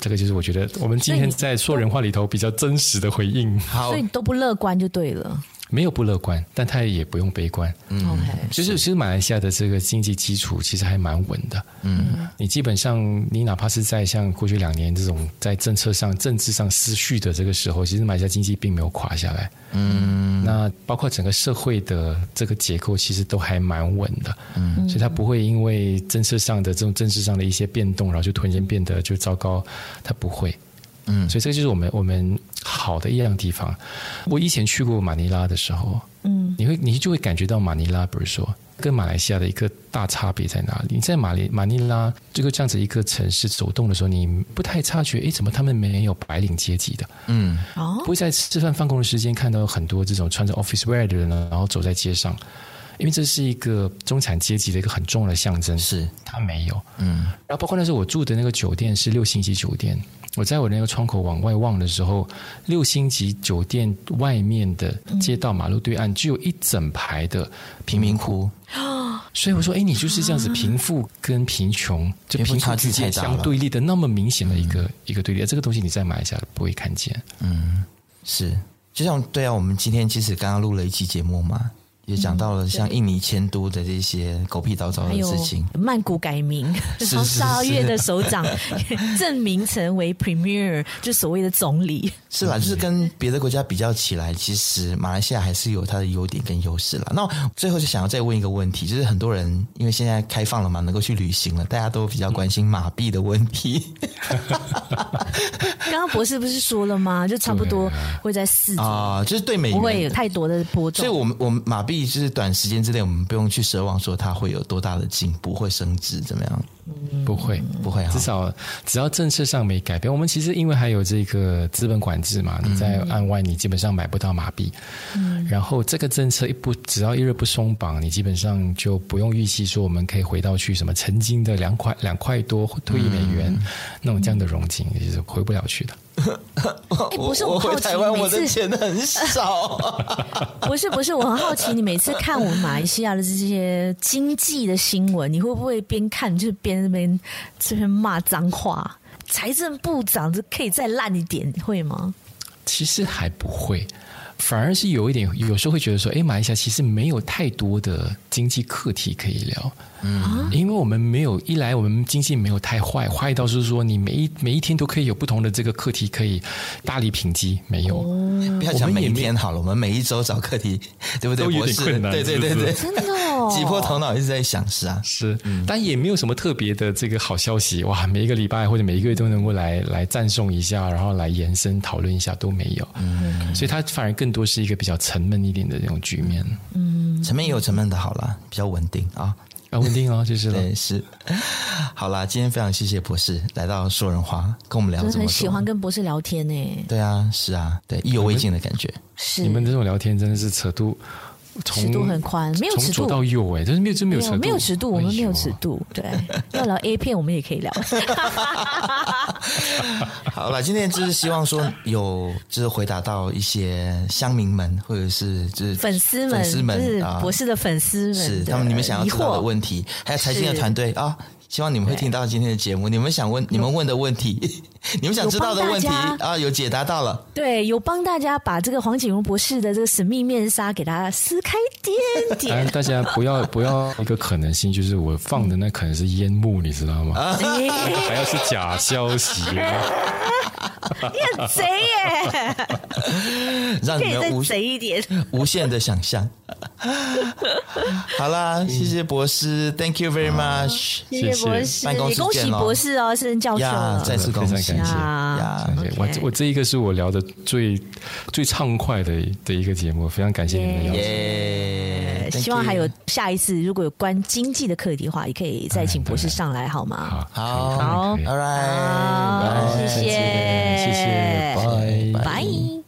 S4: 这个就是我觉得我们今天在说人话里头比较真实的回应。
S3: 好
S1: 所以，你都不乐观就对了。
S4: 没有不乐观，但他也不用悲观。
S3: 嗯
S1: OK，
S4: 就是其实马来西亚的这个经济基础其实还蛮稳的。嗯，你基本上你哪怕是在像过去两年这种在政策上、政治上失序的这个时候，其实马来西亚经济并没有垮下来。嗯，那包括整个社会的这个结构其实都还蛮稳的。嗯，所以它不会因为政策上的这种政治上的一些变动，然后就突然间变得就糟糕，它不会。
S3: 嗯
S4: 所以这就是我们我们好的一样地方。我以前去过马尼拉的时候，嗯，你会你就会感觉到马尼拉，比如说跟马来西亚的一个大差别在哪里？你在马尼马尼拉这个这样子一个城市走动的时候，你不太察觉，诶，怎么他们没有白领阶级的？
S3: 嗯
S1: 哦
S4: 不，会在吃饭放工的时间看到很多这种穿着 office wear 的人呢，然后走在街上，因为这是一个中产阶级的一个很重要的象征。
S3: 是
S4: 他没有，
S3: 嗯
S4: 然后包括那时候我住的那个酒店是六星级酒店，我在我那个窗口往外望的时候，六星级酒店外面的街道马路对岸只有一整排的
S3: 贫民窟，
S4: 所以我说，哎，你就是这样子，贫富跟贫穷，就
S3: 贫富
S4: 贫
S3: 差
S4: 富
S3: 距
S4: 之间
S3: 太大了
S4: 相对立的那么明显的一个、一个对立，而这个东西你在马来西亚不会看见。
S3: 是就像对啊，我们今天其实刚刚录了一期节目嘛，也讲到了像印尼迁都的这些狗屁倒灶
S1: 嗯还
S3: 的
S1: 有
S3: 事情，
S1: 哎曼谷改名，
S3: 是
S1: 然后
S3: 是
S1: 十二月
S3: 是
S1: 的首长 正名成为 Premier，就所谓的总 理。
S3: 是啦，就是跟别的国家比较起来，其实马来西亚还是有它的优点跟优势啦。那最后就想要再问一个问题，就是很多人因为现在开放了嘛，能够去旅行了，大家都比较关心马币的问题。
S1: 刚刚博士不是说了吗？就差不多
S4: 对
S1: 会在四级，
S3: 啊、 就是对美
S1: 不会有
S3: 元。
S1: 太多的波动。
S3: 所以，我们我们马币就是短时间之内，我们不用去奢望说它会有多大的进步，会升值怎么样？
S4: 不会，
S3: 不会啊
S4: 至少只要政策上没改变，我们其实因为还有这个资本管制嘛，你在岸外你基本上买不到马币，然后这个政策一不只要一日不松绑，你基本上就不用预期说我们可以回到去什么曾经的两块两块多退一美元、那种这样的融金，其实回不了去的。
S1: 哎，不是
S3: 我
S1: 好
S3: 回
S1: 奇
S3: 台湾，，我
S1: 每
S3: 的
S1: 次
S3: 钱很少。
S1: 不是不是，我很好奇，你每次看我们马来西亚的这些经济的新闻，你会不会边看就边那边这边骂脏话？财政部长这可以再烂一点，会吗？
S4: 其实还不会，反而是有一点，有时候会觉得说，哎，马来西亚其实没有太多的经济课题可以聊，嗯，因为我们没有一来我们经济没有太坏，坏到是说你每一每一天都可以有不同的这个课题可以大力评击，没有，
S3: 不要讲每天好了，我们每一周找课题，对不对？
S4: 都有
S3: 博
S4: 点
S3: 士，
S4: 困难
S3: 对对对
S4: 是不
S3: 对
S4: 是，
S1: 真的哦，
S3: 挤破头脑一直在想，是啊，
S4: 是，但也没有什么特别的这个好消息哇！每一个礼拜或者每一个月都能够来来赞颂一下，然后来延伸讨论一下都没有，嗯，所以它反而更多是一个比较沉闷一点的那种局面，
S3: 沉闷也有沉闷的好啦，比较稳定啊。
S1: 嗯
S4: 啊，稳定哦，就是了。
S3: 对，是。 好啦，今天非常谢谢博士来到说人话，跟我们聊
S1: 真
S3: 这
S1: 的
S3: 么
S1: 很
S3: 多。
S1: 喜欢跟博士聊天呢、
S3: 对啊，是啊，对，意犹未尽的感觉。
S1: 是
S4: 你们这种聊天真的是尺度，从
S1: 尺度很宽没有
S4: 从
S1: 尺度
S4: 左到右哎，就是没有，真没有
S1: 没
S4: 尺
S1: 有
S4: 度，
S1: 没有尺度，我
S4: 哎
S1: 们
S4: 呦
S1: 没有尺。 度。对， 要聊 A 片，我们也可以聊。
S3: 好啦，今天就是希望说有就是回答到一些乡民们或者是就是
S1: 粉丝们，
S3: 粉丝
S1: 就是
S3: 们啊，
S1: 博士的粉丝们，
S3: 是他们你们想要知道的问题，还有财经的
S1: 是
S3: 团队啊。希望你们会听到今天的节目，你们想问、你们问的问题， 你们想知道的问题
S1: 有帮大
S3: 啊，有解答到了。
S1: 对，有帮大家把这个黄景荣博士的这个神秘面纱给大家撕开一点
S4: 当
S1: 点
S4: 然，。大家不要不要一个可能性，就是我放
S1: 嗯
S4: 的那可能是烟幕，你知道吗？
S1: 哎
S4: 还要是假消息， 啊
S1: 你很贼耶，
S3: 让
S1: 可
S3: 你
S1: 以
S3: 们
S1: 再
S3: 嗯无
S1: 贼一点。
S3: 无限的想象。 好啦，谢谢博士，Thank you very much
S1: 谢
S4: 谢
S1: 博士，
S3: 办公
S1: 也
S3: 室
S1: 恭
S3: 见
S1: 喜
S3: 咯
S1: 博士哦，升教授
S3: 呀，
S1: 了。
S3: 再次恭
S4: 非常
S3: 喜
S4: 感谢
S1: 啊
S3: 呀！
S4: 对我
S1: OK
S4: 我这一个是我聊的最最畅快的的一个节目，非常感谢你们的邀请。
S3: 耶！
S1: 希望还有下一次，如果有关经济的课题的话，也可以再请博士上来，好吗？
S3: 哎
S4: 好，
S3: 好
S4: 好
S1: 好
S4: 可以
S3: ，All right，
S1: 好，谢
S3: 拜
S1: 谢，
S4: 谢谢，拜。
S1: 拜。